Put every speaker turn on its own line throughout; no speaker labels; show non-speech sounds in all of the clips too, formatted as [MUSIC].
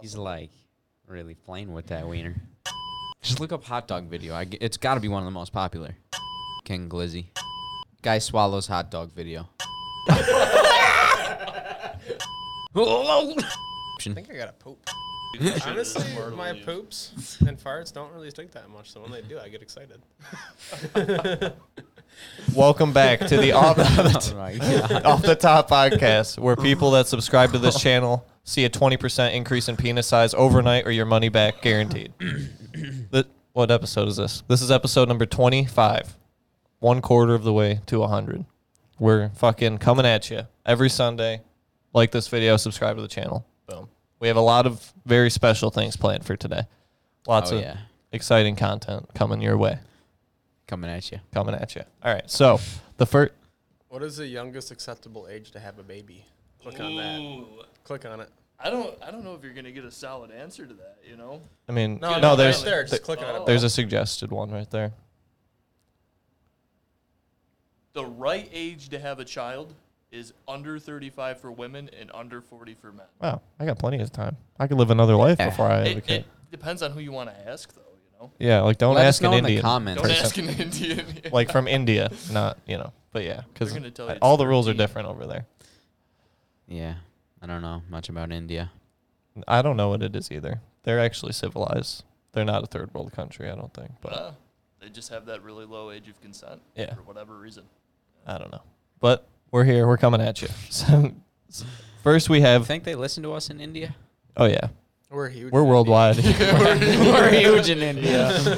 He's like really playing with that wiener.
Just look up hot dog video. I g it's got to be one of the most popular. King Glizzy. Guy swallows hot dog video. [LAUGHS]
I think I got a poop. Honestly, my poops and farts don't really stink that much. So when they do, I get excited.
Welcome back to
[LAUGHS]
the off,
Oh
[LAUGHS]
my God.
off the top podcast, where people that subscribe
[LAUGHS]
to this channel see a twenty percent increase in penis size overnight, or your money
[CLEARS THROAT]
back guaranteed. Th- what episode is this? This is episode number twenty-five, one quarter of the way to hundred. We're fucking coming at you every Sunday. Like this video, subscribe to the channel. Boom. We have a lot of very special things planned for today. Lots
oh
of
yeah,
exciting content coming your way,
coming at you.
coming at you. All right, so the first.
What is the youngest acceptable age to have a baby? Click on that.
Ooh.
Click on it.
I don't. I don't know if you're gonna get a solid answer to that. You know.
I mean,
No, no,
there's
right there. Just
th-
click on it.
There's a suggested one right there.
the right age to have a child is under 35 for women and under 40 for men.
Wow, I got plenty of time. I could live another life
Yeah.
before I have a
It,
kid.
it depends on who you want to ask, though. You know,
yeah, like don't
Let us
ask an
know in the
Indian.
comments.
don't
person. [LAUGHS]
ask an Indian.
like from India, not you know. But yeah, because
They're gonna tell you
all
it's
the rules are
13.
different over there.
Yeah, I don't know much about India.
I don't know what it is either. They're actually civilized. They're not a third world country, I don't think. But
Uh, they just have that really low age of consent
Yeah. Uh,
for whatever reason.
I don't know. But we're here. We're coming at you. [LAUGHS] So s- first we have.
Think they listen to us in India? [LAUGHS]
Oh yeah,
We're huge.
we're worldwide.
We're huge in India. [LAUGHS]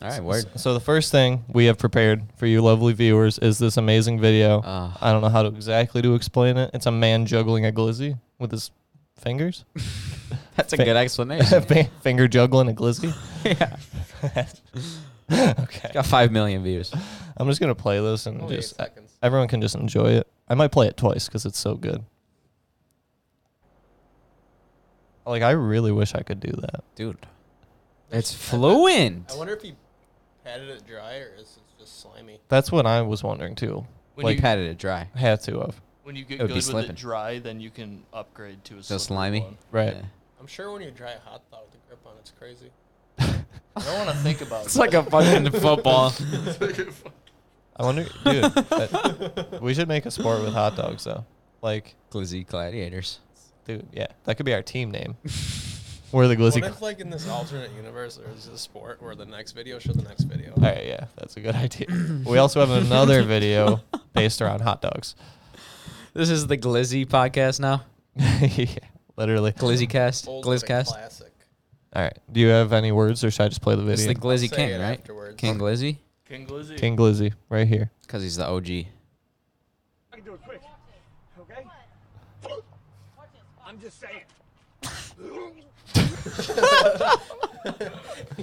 All right, [LAUGHS] word.
So the first thing we have prepared for you lovely viewers is this amazing video.
Ah.
I don't know how to exactly to explain it. It's a man juggling a glizzy with his
[LAUGHS]
fingers.
That's a [LAUGHS]
Fa-
good
[LAUGHS]
explanation.
Fi- Finger juggling a
[LAUGHS]
glizzy.
yeah.
Okay.
Got five million views.
[LAUGHS] I'm just going to play this and
Only eight
just
seconds.
everyone can just enjoy it. I might play it twice cuz it's so good. Like I really wish I could do that.
Dude. It's fluent.
I wonder if he patted it dry or is it just slimy?
That's what I was wondering too.
When
Like
you
patted it dry.
Had to have.
when you get
it would
good
be
with
slipping.
it dry, then you can upgrade to a
So
slippery
slimy.
One.
Right.
Yeah.
I'm sure when you dry a hot dog, the grip on it's crazy.
I don't want to think
[LAUGHS]
about.
It's like a fucking football.
I wonder
[LAUGHS]
dude, that- we should make a sport with hot dogs though. Like
Glizzy gladiators.
Dude, yeah, that could be our team name. We're the Glizzy.
What if, like, in this alternate universe, there's a sport where the next video showed the next video?
All right, yeah, that's a good [LAUGHS] idea. we also have another video based around hot dogs. [LAUGHS]
This is the Glizzy podcast now.
yeah, literally.
Glizzy cast.
Old
Glizz
but a
cast.
Classic.
All right, do you have any words, or should I just play the
It's
video?
the Glizzy
Say
King,
it
right?
afterwards.
King Glizzy?
[LAUGHS] King Glizzy.
King Glizzy, right here.
Because he's the OG.
I can do it quick. Okay? I'm just saying.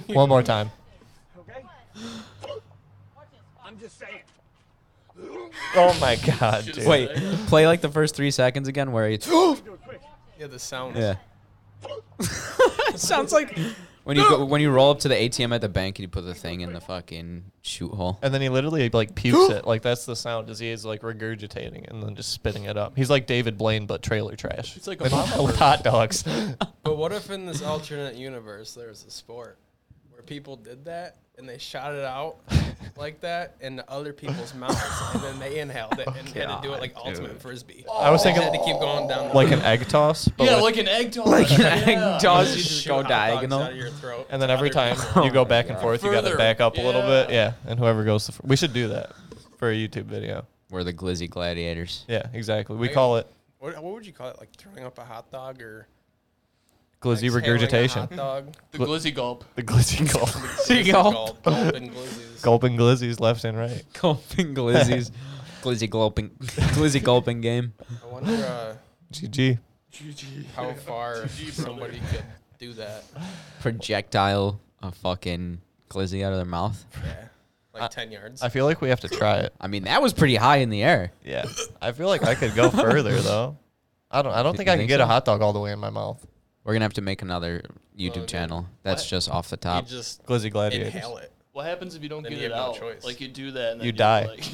One more time.
Okay? I'm just saying.
Oh my God, dude.
Should've
Wait,
said it.
play like the first three seconds again where [GASPS] it's.
I can do it quick.
Yeah, the sound. [LAUGHS]
yeah. it sounds like when you go, when you roll up to the ATM at the bank and you put the thing in the fucking shoot hole.
And then he literally like pukes it. Like that's the sound. Is he is like regurgitating and then just spitting it up. He's like David Blaine, but trailer trash.
It's like a
[LAUGHS] With
mama bird.
hot dogs.
But what if in this alternate universe there's a sport where people did that and they shot it out like that into other people's mouths and then they inhaled it and had to do it like ultimate frisbee.
Oh. I was
They
thinking
had to keep going down the
like an egg toss. But
Yeah,
with-
like an egg toss.
Like an
yeah.
egg toss, you
Shoot
just go
hot dogs out
diagonal.
of your throat
And
to
then every
other
time
people.
[LAUGHS] you go back and forth, you got to
Further.
back up a little
Yeah.
bit. Yeah. And whoever goes, the fir- we should do that for a YouTube video.
We're the glizzy gladiators.
Yeah, exactly. We call it
[LAUGHS] What, what would you call it? Like throwing up a hot dog or
glizzy
exhaling a
regurgitation.
Hot
[LAUGHS]
dog.
The Glizzy gulp.
The glizzy gulp.
Gulp, gulp, and glizzies.
Gulping glizzies left and right.
Gulping glizzies. [LAUGHS] glizzy gulping. glizzy gulping game.
I wonder uh,
GG.
how far somebody could do
[LAUGHS]
that.
Projectile a fucking glizzy out of their mouth.
Yeah. Like 10 yards.
I feel like we have to try it.
I mean, that was pretty high in the air.
Yeah. I feel like I could go further though. I don't I don't
You
think I can
think
get a
so?
hot dog all the way in my mouth.
We're gonna have to make another
Oh,
YouTube
dude.
channel that's
What?
just off the [LAUGHS]
you
top.
just
Glizzy gladiators.
inhale it.
What happens if you don't
Then
get
you
it
have no
out?
choice.
Like you do that and then
You
you're
die.
Like,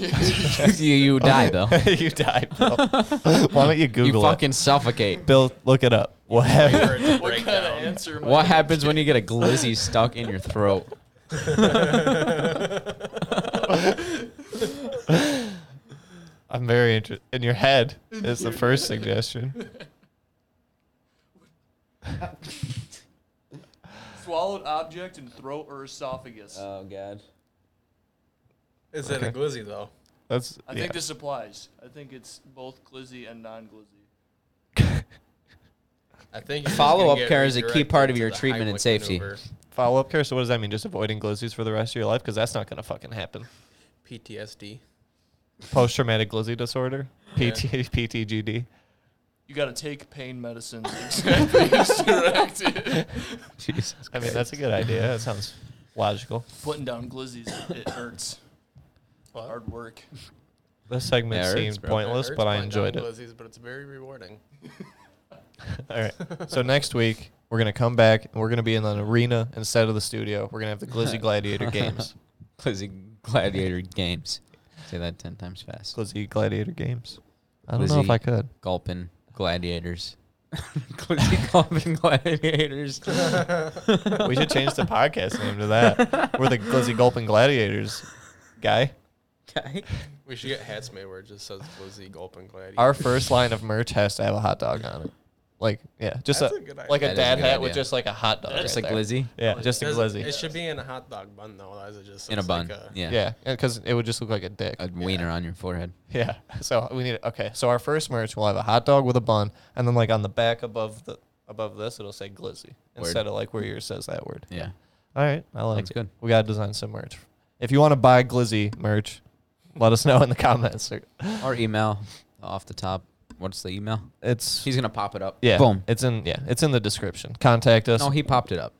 [LAUGHS]
you, you die though.
[LAUGHS] you died.
[LAUGHS]
Bill. [LAUGHS] Why don't you
you
Google
fucking
it?
suffocate.
Bill, look it up. What happened?
Urge
what kind
breakdown.
of answer? am I
What
gonna
happens
get?
when you get a glizzy stuck in your throat?
[LAUGHS]
[LAUGHS]
I'm very interested. In your head is the first suggestion.
swallowed object in throat or esophagus?
Oh god.
Is it a glizzy though?
That's
I
yeah.
think this applies. I think it's both glizzy and non-glizzy.
I think you're just
Follow
gonna
up
get
care is a key part of
redirected
your
to the
treatment and
Heimlich
safety.
maneuver.
follow up care. So what does that mean? Just avoiding glizzies for the rest of your life? Because that's not gonna fucking happen.
[LAUGHS] PTSD.
Post traumatic glizzy disorder. PT, [LAUGHS] PTGD.
You got to take pain medicine. Exactly. directed.
Jesus.
I mean, that's a good idea. That sounds logical.
Putting down glizzies, it hurts. Hard work.
This segment
Yeah, it hurts,
seemed
bro.
It
pointless,
hurts
but I
putting down
enjoyed it.
Glizzies, but it's very rewarding.
[LAUGHS] All right. [LAUGHS] So next week we're gonna come back and we're gonna be in an arena instead of the studio. We're gonna have the Glizzy [LAUGHS] Gladiator games.
Glizzy Gladiator Games. Say that ten times fast.
Glizzy Gladiator games. I don't know if
Glizzy.
I could.
Gulpin Gladiators. Glizzy Gulpin Gladiators.
We should
[LAUGHS]
change [LAUGHS] the podcast name to that. We're the Glizzy Gulping Gladiators, guy.
Okay.
We should get hats made where it just says glizzy gulping gladiator.
[LAUGHS] Our first line of merch has to have a hot dog on it. Like yeah, just
That's
a,
a good idea.
like
That
a
is a
dad
good
hat with
idea.
just like a hot dog.
Just
right
like
there.
Glizzy.
Yeah, just a
Does-
Glizzy.
It should be in a hot dog bun though, otherwise it just
In a
looks
bun.
Like uh, a,
yeah.
yeah, because it would just look like a dick.
A wiener on your forehead.
[LAUGHS] Yeah. So we need okay. So our first merch will have a hot dog with a bun, and then like on the back above the above this, it'll say glizzy instead of like where yours says that word.
Yeah.
All right, I like
Sounds
it.
good.
We gotta design some merch. If you want to buy glizzy merch, let us know in the [LAUGHS] comments. or-
Or email off the top. What's the email?
It's
He's gonna pop it up.
yeah.
Boom.
It's in yeah. It's in the description. Contact us.
No, he popped it up.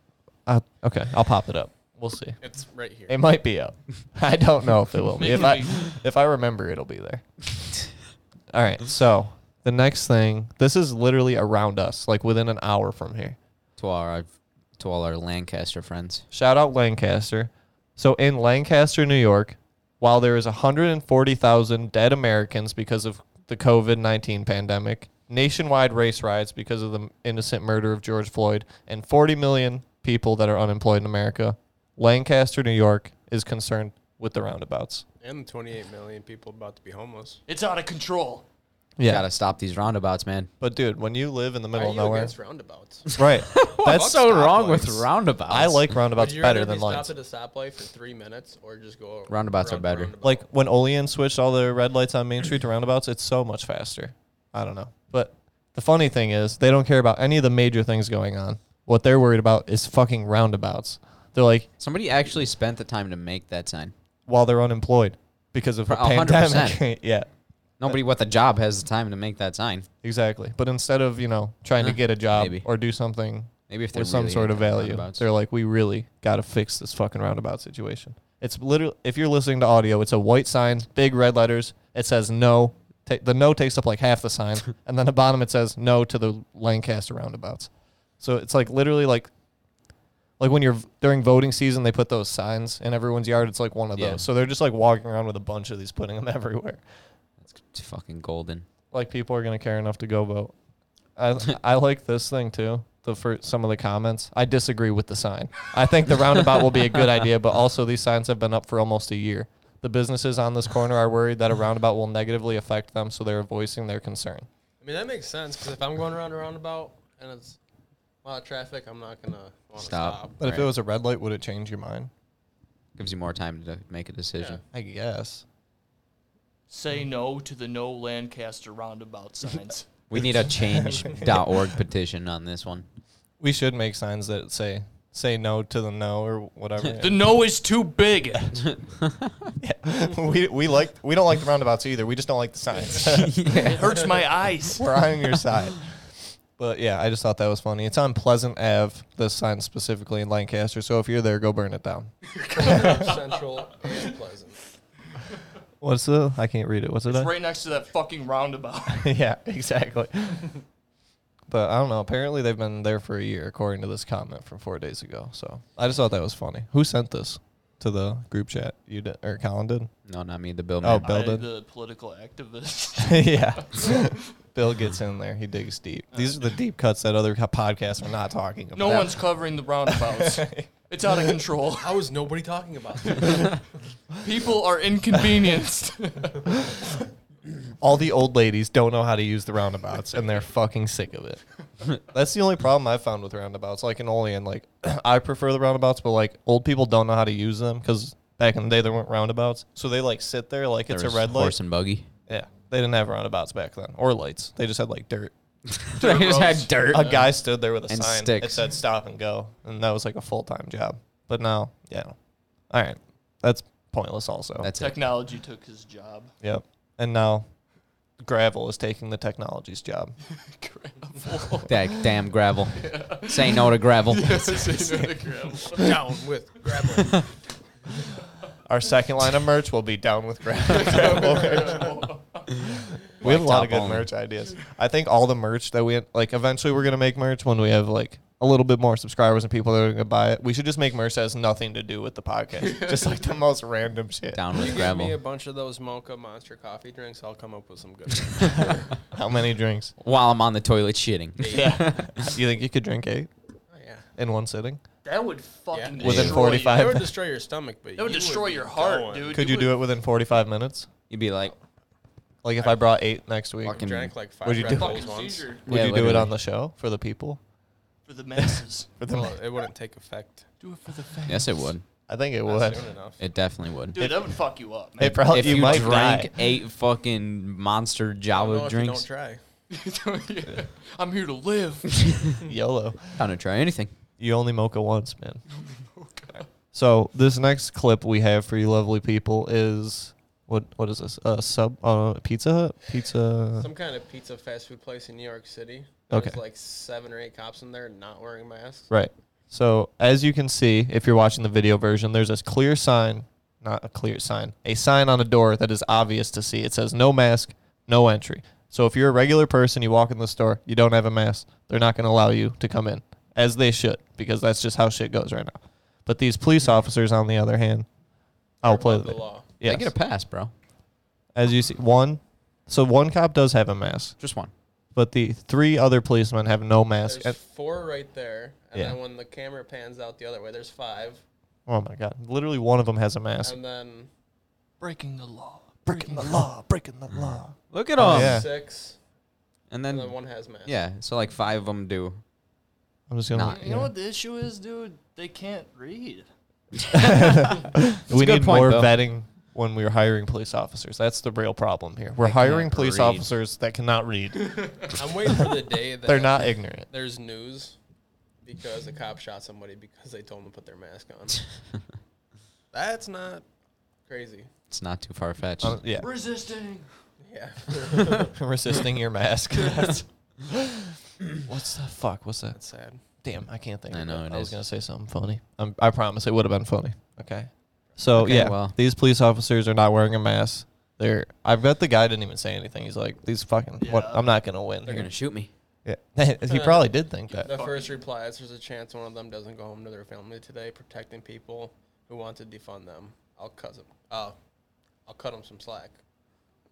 Uh, okay, I'll pop it up. We'll see.
It's right here.
It might be up. [LAUGHS] I don't know if it will be.
Make
If
it
I
big.
if I remember, it'll be there. All right. So the next thing, this is literally around us, like within an hour from here.
To our to all our Lancaster friends.
Shout out Lancaster. So in Lancaster, New York, while there is 140,000 dead Americans because of the COVID 19 pandemic, nationwide race riots because of the innocent murder of George Floyd, and 40 million people that are unemployed in America, Lancaster, New York is concerned with the roundabouts.
and 28 million people about to be homeless.
It's out of control.
Yeah.
Gotta stop these roundabouts, man.
But dude, when you live in the
Why
middle
are
of
you
nowhere,
against roundabouts?
right?
[LAUGHS]
That's
What's so wrong with
stoplights?
roundabouts?
I like
Would
roundabouts
you
better
rather
than
be
lights.
stopped at a stoplight for three minutes or just go
Roundabouts are
around the
better.
roundabout?
Like when Olean switched all the red lights on Main Street to roundabouts, it's so much faster. I don't know, but the funny thing is they don't care about any of the major things going on. What they're worried about is fucking roundabouts. They're like
Somebody actually spent the time to make that sign.
while they're unemployed because of the
Pro- 100%.
pandemic. [LAUGHS] yeah,
Nobody with a job has the time to make that sign.
exactly. But instead of you know trying to
Huh,
get a job
maybe.
or do something
Maybe if
with
there's
some sort of value. They're like, we really got to fix this fucking roundabout situation. It's literally, if you're listening to audio, it's a white sign, big red letters. It says no. Ta- the no takes up like half
[LAUGHS]
the sign, and then the bottom it says no to the Lancaster roundabouts. So it's like literally like, like when you're v- during voting season, they put those signs in everyone's yard. It's like one of
Yeah.
those. So they're just like walking around with a bunch of these, putting them [LAUGHS] everywhere.
it's fucking golden.
Like people are gonna care enough to go vote. I I like this thing too. The first, some of the comments. I disagree with the sign. I think the roundabout will be a good idea, but also these signs have been up for almost a year. The businesses on this corner are worried that a roundabout will negatively affect them, so they're voicing their concern.
I mean, that makes sense because if I'm going around a roundabout and it's a lot of traffic, I'm not going to want to
Stop.
stop. [LAUGHS]
But if it
Right.
was a red light, would it change your mind?
Gives you more time to make a decision.
I guess.
Say no to the no Lancaster roundabout signs.
We need a
[LAUGHS]
change.org petition on this one.
We should make signs that say say no to the no or whatever.
[LAUGHS]
[LAUGHS]
the no is too big.
we we like we don't like the roundabouts either. We just don't like the signs.
It hurts my eyes.
[LAUGHS] We're on your side. But yeah, I just thought that was funny. It's on Pleasant Ave, this sign specifically in Lancaster. So if you're there, go burn it down.
Central and Pleasant.
What's the? I can't read it. What's it?
It's right next to that fucking roundabout.
[LAUGHS] yeah, exactly. [LAUGHS] but I don't know. Apparently they've been there for a year, according to this comment from four days ago. So I just thought that was funny. Who sent this? to the group chat? You did, or Colin did? [LAUGHS]
No, not me. The Bill.
Oh,
Man.
Bill
I,
did.
the political activist.
yeah. [LAUGHS] Bill gets in there. He digs deep. These are the deep cuts that other co- podcasts are not talking about.
[LAUGHS] No one's covering the
[LAUGHS]
roundabouts. it's out of control.
How is nobody talking about this?
[LAUGHS] People are
[LAUGHS]
inconvenienced.
All the old ladies don't know how to use the roundabouts, and they're fucking sick of it.
[LAUGHS]
That's the only problem I've found with roundabouts. Like in Olean, like [CLEARS THROAT] I prefer the roundabouts, but like old people don't know how to use them because back in the day there weren't roundabouts, so they like sit there like
There
it's a
was
red light.
Horse and
[LAUGHS]
buggy.
Yeah, they didn't have roundabouts back then or lights. They just had like dirt.
I just had
roads.
dirt.
A guy stood there with a
And
sign that
sticks.
said "Stop and Go," and that was like a full time job. But now, yeah, all right, that's pointless. Also,
That's it.
Technology took his job.
yep. And now, gravel is taking the technology's job.
[LAUGHS] Gravel.
That damn
[LAUGHS]
gravel. Say no to gravel.
Say [LAUGHS] no to gravel.
Down with gravel.
Our second line of merch will be down with gravel. gravel
[LAUGHS]
merch. we have a lot of
Blacktop [LAUGHS]
good
only.
merch ideas. I think all the merch that we like. Eventually, we're gonna make merch when we have like. A little bit more subscribers and people that are gonna buy it. We should just make merch that has nothing to do with the podcast, just like the most random shit.
Down
You
with
give me a
gravel.
bunch of those mocha monster coffee drinks, I'll come up with some good ones.
How
[LAUGHS]
many drinks?
While I'm on the toilet shitting.
Yeah. you think you could drink eight
Oh, yeah.
in one sitting?
That would fucking
Yeah.
destroy
Within
you.
45
That would destroy your stomach, but
That would
you
destroy
be
your heart,
going.
dude.
Could you do it within 45 minutes?
You'd be like,
Like if I brought eight next week,
Fucking drank like five
What'd you
Red
do?
Bulls
Fucking
once.
seizure
would
Yeah,
you do it
literally.
on the show for the people?
for the masses.
Well, it wouldn't take effect
do it for the fans.
yes, it would.
I think it
not
would.
soon enough.
It definitely would.
Dude, that would fuck you up, man.
It probably
if
you,
you,
might
drank
drink.
eight fucking monster
I don't know
Java
if you don't
drinks,
try.
Yeah. [LAUGHS] I'm here to live.
[LAUGHS] YOLO.
gonna try anything.
You only mocha once, man. So this next clip we have for you, lovely people, is what? What is this? Uh, sub uh, Pizza Hut? Pizza.
Some kind of pizza fast food place in New York City. There was
Okay.
like seven or eight cops in there not wearing masks.
Right. So as you can see, if you're watching the video version, there's this clear sign, not a clear sign, a sign on a door that is obvious to see. It says no mask, no entry. So if you're a regular person, you walk in the store, you don't have a mask, they're not going to allow you to come in, as they should, because that's just how shit goes right now. But these police officers, on the other hand, I'll play
the
the
law.
I get a
yes.
pass, bro.
As you see, one, so one cop does have a mask,
Just one.
but the three other policemen have no mask.
There's four right there, and
Yeah.
then when the camera pans out the other way, there's five,
oh my god! Literally, one of them has a mask.
and then
Breaking the law.
breaking the law, breaking the law.
Look at
Oh,
them.
yeah.
six,
Um, And
and
then,
then one has masks.
yeah, so like five of them do.
I'm just gonna.
Nah,
You know what the issue is, dude? They can't read.
we
a good
need
point,
more
though.
vetting when we're hiring police officers. That's the real problem here. We're
They
hiring
can't
police
read.
officers that cannot read.
I'm waiting for the
[LAUGHS]
day that
They're not ignorant.
there's news because a cop shot somebody because they told him to put their mask
[LAUGHS]
on. That's not crazy.
It's not too far fetched.
Uh,
[LAUGHS]
yeah,
Resisting.
Yeah. [LAUGHS]
resisting your mask. [COUGHS] That's- What's the fuck? What's that?
That's sad.
Damn, I can't think.
I
of
know
it.
it
I was
is.
gonna say something funny. Um, I promise it would have been funny. Okay. So
Okay,
yeah,
well.
these police officers are not wearing a mask. They're. I bet the guy didn't even say anything. He's like, "These fucking. What?
Yeah.
I'm not gonna win."
They're
here."
gonna shoot me.
Yeah. [LAUGHS] he probably did think that.
[LAUGHS] The first reply is there's a chance one of them doesn't go home to their family today, protecting people who want to defund them. I'll cut them. Uh, I'll cut them some slack.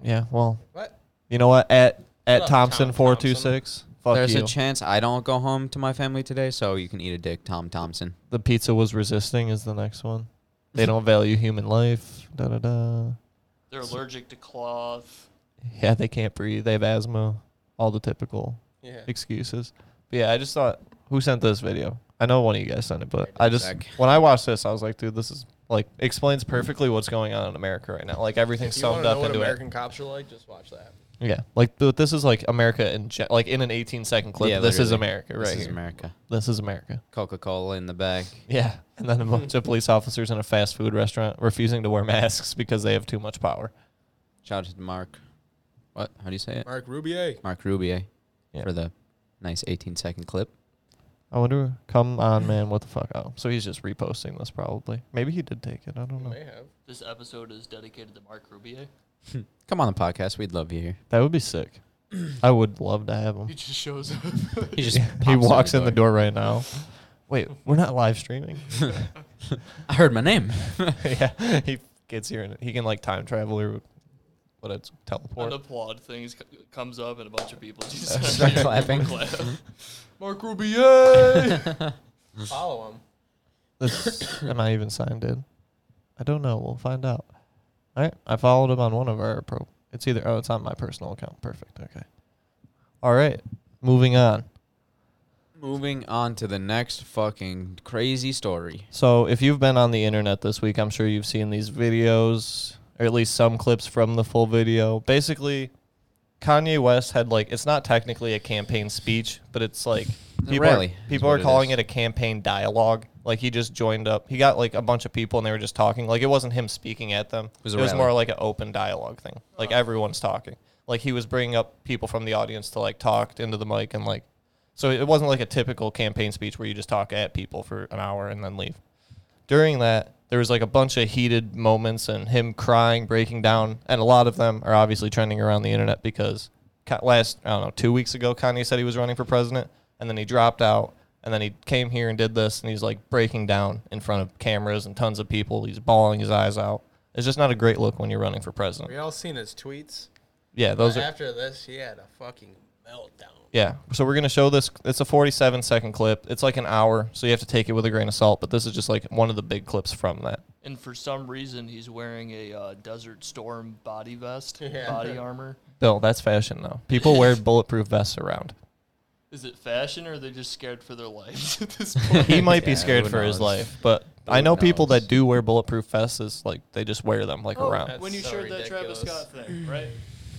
Yeah, well,
What?
you know what? At at
Shut up,
Thompson
Tom
four two six, fuck
There's
you.
a chance I don't go home to my family today, so you can eat a dick, Tom Thompson.
the pizza was resisting is the next one. They don't value human life. Da da da.
They're allergic to cloth.
Yeah, they can't breathe. They have asthma. All the typical
Yeah.
excuses. But yeah, I just thought, who sent this video? I know one of you guys sent it, but I just
Zach.
when I watched this, I was like, dude, this is like explains perfectly what's going on in America right now. Like everything's
If you want
summed
to know
up
what
into
American cops are like, just watch that.
it. Yeah, like but this is like America in ge- like in an eighteen second clip.
Yeah,
this is
literally.
America right
this is
here.
America.
this is America.
Coca Cola in the back.
Yeah, and then a bunch of police officers in a fast food restaurant refusing to wear masks because they have too much power.
Shout out to Mark. What? How do you say it?
Mark Rubio.
Mark Rubio
Yeah.
for the nice 18 second clip.
I wonder. Come on, man, what the fuck? Oh, so he's just reposting this probably. Maybe he did take it. I don't know.
May have.
This episode is dedicated to Mark Rubio.
Come on the podcast. We'd love you here.
That would be sick. I would love to have him.
He just shows [LAUGHS] up.
He just
[LAUGHS] He
pops
walks in
through
the door right now. Wait, we're not live streaming. [LAUGHS]
I heard my name. [LAUGHS]
yeah, he gets here and he can like time travel or what it's teleport.
An applaud thing is- comes up, and a bunch of people just
[LAUGHS]
Start clapping.
clap. [LAUGHS]
[LAUGHS]
Mark Rubier.
Follow him.
[COUGHS] This, am I even signed in? I don't know. We'll find out. All right. I followed him on one of our pro. It's either. Oh, it's on my personal account. Perfect. Okay. All right. Moving on.
Moving on to the next fucking crazy story.
So if you've been on the internet this week, I'm sure you've seen these videos or at least some clips from the full video. Basically, Kanye West had like it's not technically a campaign speech, but it's like
A
people are-
rally is
people
what
are
it
calling
is.
it a campaign dialogue. Like he just joined up. He got like a bunch of people and they were just talking. Like it wasn't him speaking at them. It
was
was,
a rally.
more like an open dialogue thing. Like everyone's talking. Like he was bringing up people from the audience to like talk into the mic and like so it wasn't like a typical campaign speech where you just talk at people for an hour and then leave. During that, there was like a bunch of heated moments and him crying, breaking down, and a lot of them are obviously trending around the internet because Ka- last I don't know two weeks ago Kanye said he was running for president and then he dropped out and then he came here and did this and he's like breaking down in front of cameras and tons of people. He's bawling his eyes out. It's just not a great look when you're running for
We
president.
all seen his tweets.
Yeah, those are
After this, he had a fucking meltdown.
Yeah. So we're going to show this. It's a 47 second clip. It's like an hour. So you have to take it with a grain of salt. But this is just like one of the big clips from that.
and for some reason, he's wearing a uh, Desert Storm body [LAUGHS] vest,
Yeah.
body armor.
Bill, that's fashion, though.
[LAUGHS]
People wear bulletproof vests around.
Is it fashion, or are they just scared for their [LAUGHS] lives at
[LAUGHS]
this point?
He
[LAUGHS]
might
Yeah,
be scared
who
for his
knows?
life. But I
Who
know people
knows? Oh,
that do wear bulletproof vests. Is like they just wear them like around.
that's-
when you
so
shared that
ridiculous.
Travis Scott [LAUGHS] thing, right?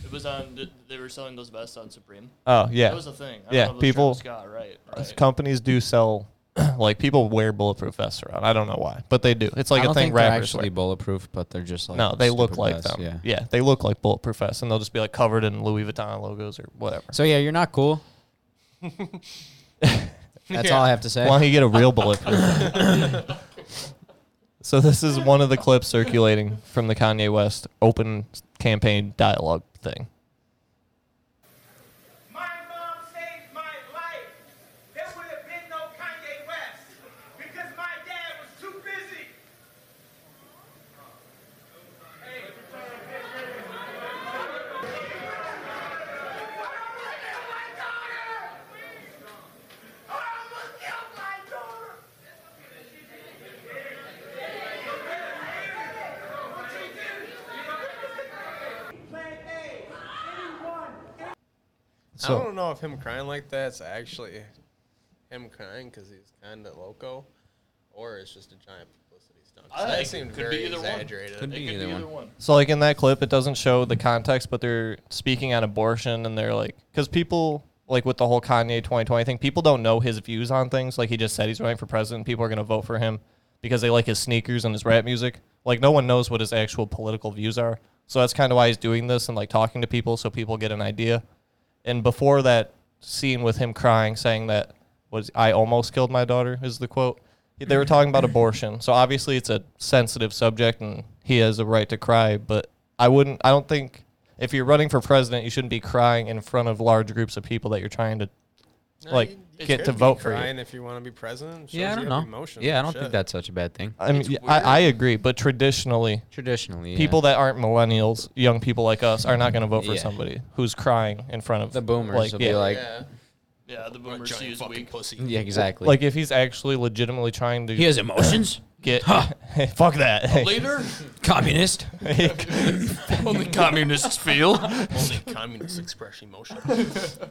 It was on. th- They were selling those vests on Supreme.
Oh, yeah.
That was a thing. I
Yeah,
don't know if it was
people-
Travis Scott, right?
Those
right.
Companies do sell. [CLEARS THROAT] Like people wear bulletproof vests around. I don't know why, but they do. It's
I
like
don't
a thing.
think they're
rappers
actually
wear.
bulletproof, but they're just like
no, they look
stupid
like
vests,
them.
Yeah.
Yeah. they look like bulletproof vests, and they'll just be like covered in Louis Vuitton logos or whatever.
So yeah, you're not
[LAUGHS]
cool. That's all I have to say.
Why don't you get a real bulletproof? vest? so this is one of the clips circulating from the Kanye West open campaign dialogue thing.
My mom saved my life. There would have been no Kanye West because my dad was too busy. Plan A, anyone,
So
I don't know if him crying like that's actually him crying because he's kind of loco, or it's just a giant publicity stunt. 'Cause
I
that
think it
seemed
could be
very
either one.
exaggerated.
It could be either one.
So like in that clip, it doesn't show the context, but they're speaking on abortion, and they're like, because people like with the whole Kanye 2020 thing, people don't know his views on things. Like he just said he's running for president, people are gonna vote for him because they like his sneakers and his rap music. Like no one knows what his actual political views are, so that's kind of why he's doing this and like talking to people so people get an idea. And before that scene with him crying, saying that was I almost killed my daughter is the quote. They were talking about abortion, so obviously it's a sensitive subject, and he has a right to cry. But I wouldn't. I don't think if you're running for president, you shouldn't be crying in front of large groups of people that you're trying to like get to vote for. You.
Crying if you want to be president.
yeah, I don't know. Yeah, I don't think that's such a bad thing.
I mean,
It's
yeah, I, I agree, but traditionally,
Traditionally, yeah.
people that aren't millennials, young people like us, are not going to vote for
Yeah.
somebody who's crying in front of
the boomers
Like,
will
yeah.
be like,
[LAUGHS]
Yeah.
Yeah,
What a
the boomer
giant
sees
fucking
weak.
pussy.
yeah, exactly.
Like if he's actually legitimately trying to
he has emotions.
get
[LAUGHS]
fuck [LAUGHS] that.
[LAUGHS] [LAUGHS] Later,
Communist.
only communists [LAUGHS] feel.
Only communists express emotion.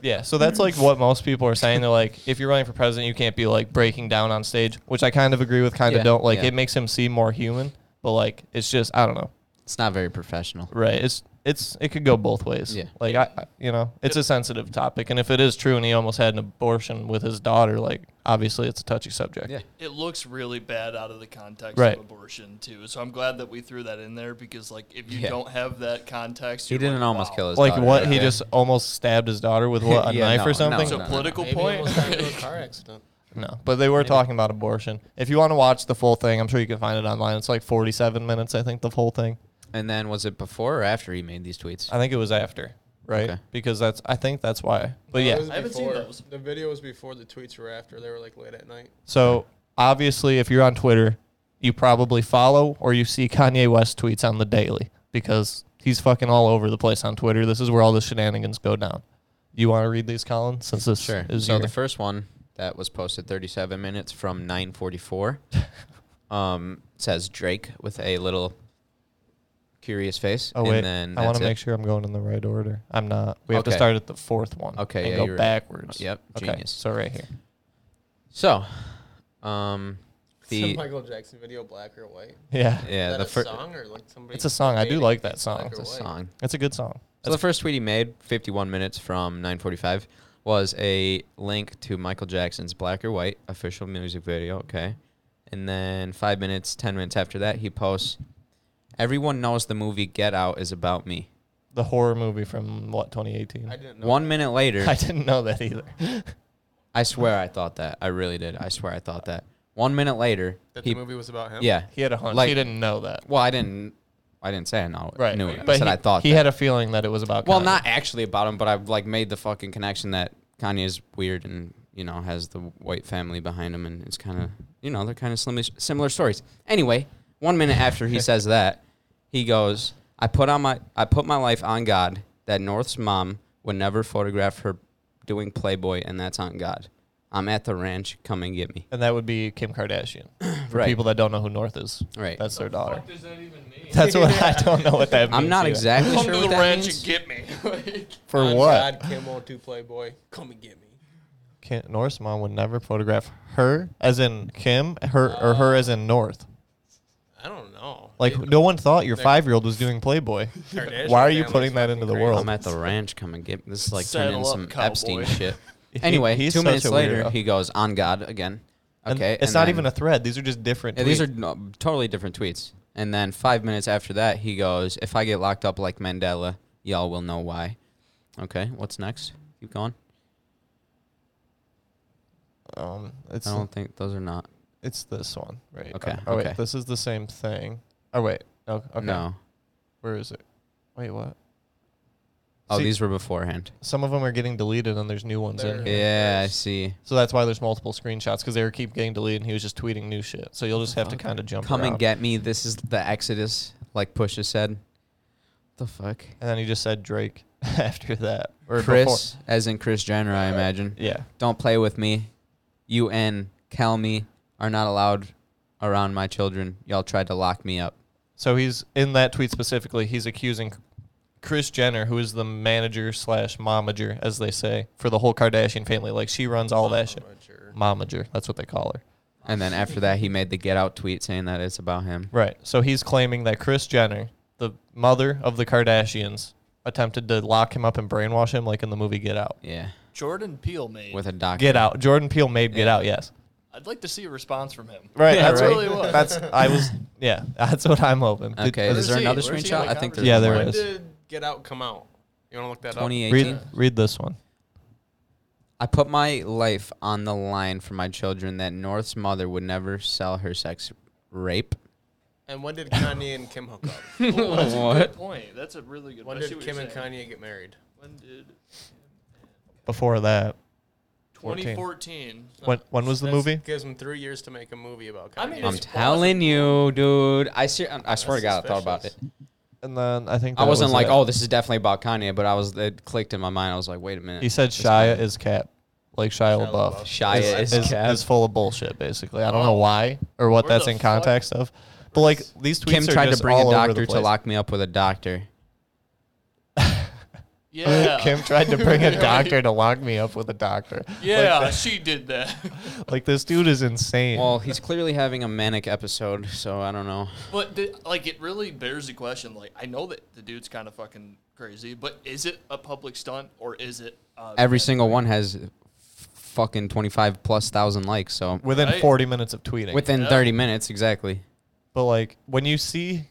yeah, so that's like what most people are saying. They're like, if you're running for president, you can't be like breaking down on stage, which I kind of agree with, kind
Yeah,
of don't. Like
yeah.
it makes him seem more human, but like it's just I don't know.
It's not very professional.
Right? It's it's it could go both ways.
Yeah.
Like I, I you know, it's a sensitive topic, and if it is true, and he almost had an abortion with his daughter, like obviously it's a touchy subject.
Yeah.
It looks really bad out of the context
Right.
of abortion too. So I'm glad that we threw that in there because, like, if you
Yeah.
don't have that context,
He
you're
didn't
like,
almost
wow.
kill his
Like
daughter,
what
right
he
there.
just almost stabbed his daughter with what
[LAUGHS]
a
Yeah,
knife
no,
or something.
So
No, no,
political
Maybe
point.
almost
[LAUGHS]
got into a car accident.
No, but they were talking about abortion. If you want to watch the full thing, I'm sure you can find it online. It's like 47 minutes, I think, the whole thing.
And then was it before or after he made these tweets?
I think it was after, right?
Okay.
Because that's, I think that's why. But yeah,
I haven't seen
before.
those.
The
[LAUGHS]
video was before the tweets were after. They were like late at night.
so obviously, if you're on Twitter, you probably follow or you see Kanye West tweets on the daily because he's fucking all over the place on Twitter. This is where all the shenanigans go down. You want to read these, Colin? Since this
Sure.
is
so
your-
the first one that was posted 37 minutes from 9:44 um says Drake with a little curious face
Oh wait,
and then
I want
that's
to
it.
make sure I'm going in the right order. I'm not. We have to
Okay.
start at the fourth one.
Okay,
and
yeah,
go
you're right.
backwards.
Yep,
Okay,
genius.
so right here.
So, um
Is
the
[LAUGHS] the Michael Jackson video black or white?
Yeah,
yeah,
Is
the
that a
first
song or like somebody?
It's a song. I do
debating
like
if
that
it's
song.
black
It's
or
a
white?
song.
it's a good song.
So the first tweet he made, 51 minutes from 9:45, was a link to Michael Jackson's "Black or White" official music video. Okay, and then five minutes, 10 minutes after that, he posts, "Everyone knows the movie Get Out is about me."
the horror movie from what 2018.
I
I, [LAUGHS]
didn't know.
One minute later,
didn't know that either.
I swear I thought that. I really did. I swear I thought that. One minute later,
that
he,
the movie was about him.
yeah,
He had a hunch.
Like-
he didn't know that.
well, I didn't, I didn't say I know,
Right.
knew it.
But
I said
he,
I thought
he
that.
had a feeling that it was about.
Well,
Kanye.
not actually about him, but I've like made the fucking connection that Kanye's weird and you know has the white family behind him, and it's kind of you know they're kind of similar similar stories. Anyway, one minute after
[LAUGHS]
he says that, he goes, "I put on my I put my life on God that North's mom would never photograph her doing Playboy, and that's on God. I'm at the ranch. Come and get me."
And that would be Kim
[CLEARS THROAT]
Kardashian. For
Right.
people that don't know who North is,
Right.
That's their daughter.
[LAUGHS]
What does that even mean?
That's what I don't know what that means.
I'm not
either.
exactly
Come
sure
to
what
the
that
ranch
means.
and get me. [LAUGHS] Like,
for
On
what.
God, Kim won't do Playboy. Come and get me.
Kim, North's mom would never photograph her as in Kim, her or her as in North.
I don't know.
Like
Dude,
no one thought your five year old was doing Playboy.
Kardashian
Why are you
family's
putting that
fucking
into the
crazy.
world?
I'm at the ranch. Come and get me. This is like
Saddle
turning into
up,
some
cowboy. [LAUGHS]
Epstein shit.
He-
Anyway,
he's
two
such
minutes
a
later,
weirdo.
he goes on God again. Okay,
And it's
and
not
then-
even a thread. These are just different.
Yeah, these are
tweets.
no, totally different tweets. And then five minutes after that, he goes, "If I get locked up like Mandela, y'all will know why." Okay, what's next? Keep going.
um, it's
I don't think those are not.
it's this one right.
Okay,
Oh
okay.
wait, this is the same thing. Oh wait. Oh, okay.
No.
Where is it? Wait, what?
Oh,
See-
these were beforehand.
Some of them are getting deleted and there's new ones in
There.
here.
Yeah, I see.
So that's why there's multiple screenshots because they were keep getting deleted and he was just tweeting new shit. So you'll just have to kind of jump
Uh-huh. Come
around.
and get me. This is the Exodus, like Pusha said. The fuck,
And then he just said Drake [LAUGHS] after that. Or
Chris,
before.
as in Chris Jenner, I imagine.
Yeah.
don't play with me. You and Cal me are not allowed around my children. Y'all tried to lock me up.
So he's in that tweet specifically. He's accusing Chris Jenner, who is the manager slash momager, as they say, for the whole Kardashian family. Like she runs all that shit.
Amateur.
Momager. That's what they call her.
And then after that, he made the get out tweet saying that it's about him.
Right. So he's claiming that Chris Jenner, the mother of the Kardashians, attempted to lock him up and brainwash him, like in the movie Get Out.
Yeah,
Jordan Peele made.
with a doctor.
Get Out. Jordan Peele made Get
Yeah.
Out. Yes.
I'd like to see a response from him.
Right.
Yeah,
that's
right.
really what. That's I was. [LAUGHS] Yeah. That's what I'm hoping. Did-
Okay,
is
is
it-
there
he?
another
Where's he
screenshot?
in
I
the
think there's
conversation?
Yeah, there
more.
When
is.
did Get Out come out? You want to look that up?
2018.
read read this one.
I put my life on the line for my children that North's mother would never sell her sex
[LAUGHS]
rape.
And when did Kanye and Kim hook up?
Ooh, that's a good point. That's a really good
When
point. I see
did
what
Kim
you're
and
saying.
Kanye get married?
When did
Before that,
2014?
when when was the
That's-
movie?
Gives them three years to make a movie about Kanye.
I mean,
I'm
It's
telling you, dude. I ser- I swear to God, I thought about it.
suspicious.
And then I think
I
that
wasn't
was
like,
it.
oh, this is definitely about Kanye, but I was. It clicked in my mind. I was like, wait a minute.
He said
This
Shia
Kanye-
is cap, like Shia,
Shia
LaBeouf.
LaBeouf.
Shia is
is,
cap.
is full of bullshit. Basically, I don't know why or what
Where
that's
the
in
fuck-
context of. But like these tweets
Kim
are
tried
just
to bring
all
a
over the
doctor to
place.
lock me up with a doctor.
Yeah.
[LAUGHS] Kim tried to bring
[LAUGHS]
a [LAUGHS] doctor to lock me up with a doctor.
Yeah, she did that. [LAUGHS]
Like this dude is insane.
Well, he's clearly having a manic episode, so I don't know.
but the, like, it really bears the question. Like, I know that the dude's kind of fucking crazy, but is it a public stunt or is it uh,
Every
man-
single one has f- fucking 25 plus thousand likes, so
within
Right.
40 minutes of tweeting.
within
Yeah.
30 minutes, exactly.
but like when you see,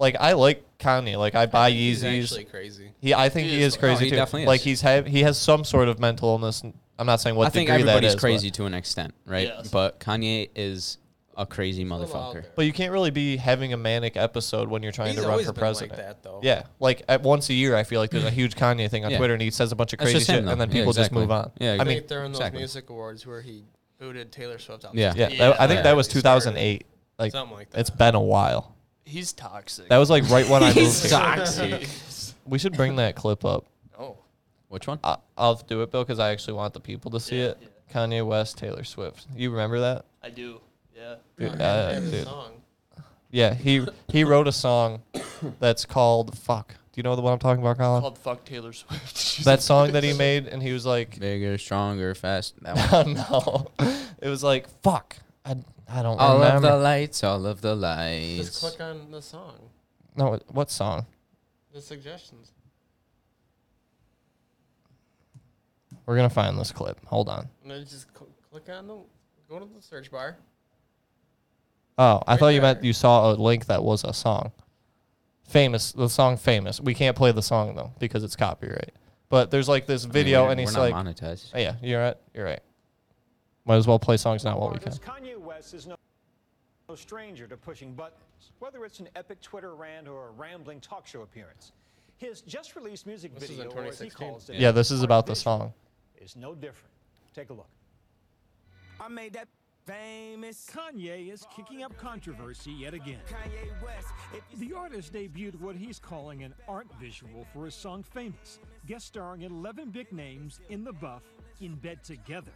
like I like Kanye. Like I buy
He's
Yeezys.
actually crazy.
He, I think
He
he,
is
is
fucking-
No,
crazy
he
too.
definitely is.
Like he's have he has some sort of mental illness. I'm not saying what
I think
degree that
everybody's
is, but-
crazy to an extent, right?
Yes.
But Kanye is a crazy
little out
motherfucker.
there.
But you can't really be having a manic episode when you're trying
He's
to run
always
for
been like
president.
that, though.
Yeah, like at once a year, I feel like
[LAUGHS]
there's a huge Kanye thing on
Yeah.
Twitter, and he says a bunch of
That's
crazy
just him,
shit, and
though.
then
Yeah,
people just
exactly.
move on.
Yeah,
I
I
exactly.
mean,
think they're in those
exactly.
music awards where he booted Taylor Swift out.
Yeah.
yeah,
Yeah.
I think that was
Yeah.
2008. Like
Something like that.
It's been a while.
He's toxic.
That was like right
[LAUGHS]
when I moved here.
Toxic.
We should bring that clip up.
oh,
Which one?
I, I'll do it, Bill, because I actually want the people to see it. Kanye West, Taylor Swift. You remember that?
I do. Yeah.
Dude,
I
uh,
have a
dude.
song.
Yeah, he he wrote a song that's called "Fuck." Do you know the one I'm talking about, Colin?
Called fuck Taylor Swift. [LAUGHS]
that song that he made, and he was like, [LAUGHS]
Bigger, stronger, fast. That one.
"No," it was like, "Fuck." I, I don't
all of
remember.
Oh, the lights, all of the
Just
lights.
click on the song,
no, what- what song?
the suggestions.
We're gonna find this clip. Hold on.
And then just cl- click on the, go to the search bar.
Oh, I
Right
thought you meant
there.
you saw a link that was a song. Famous, the song famous. We can't play the song though because it's copyright. But there's like this video, and he's like,
monetized.
Oh, "Yeah, you're right. You're right. Might as well play songs not what we can."
artist Kanye West is no, no stranger to pushing buttons, whether it's an epic Twitter rant or a rambling talk show appearance. His just released music
This is
video,
in
or as he
2016.
calls it,
Yeah, this is about the
Artificial,
song.
is no different. Take a look.
I made that famous.
Kanye is kicking up controversy yet again.
Kanye West. If you
The artist debuted what he's calling an art visual for his song Famous, guest starring 11 big names in the buff, in bed together.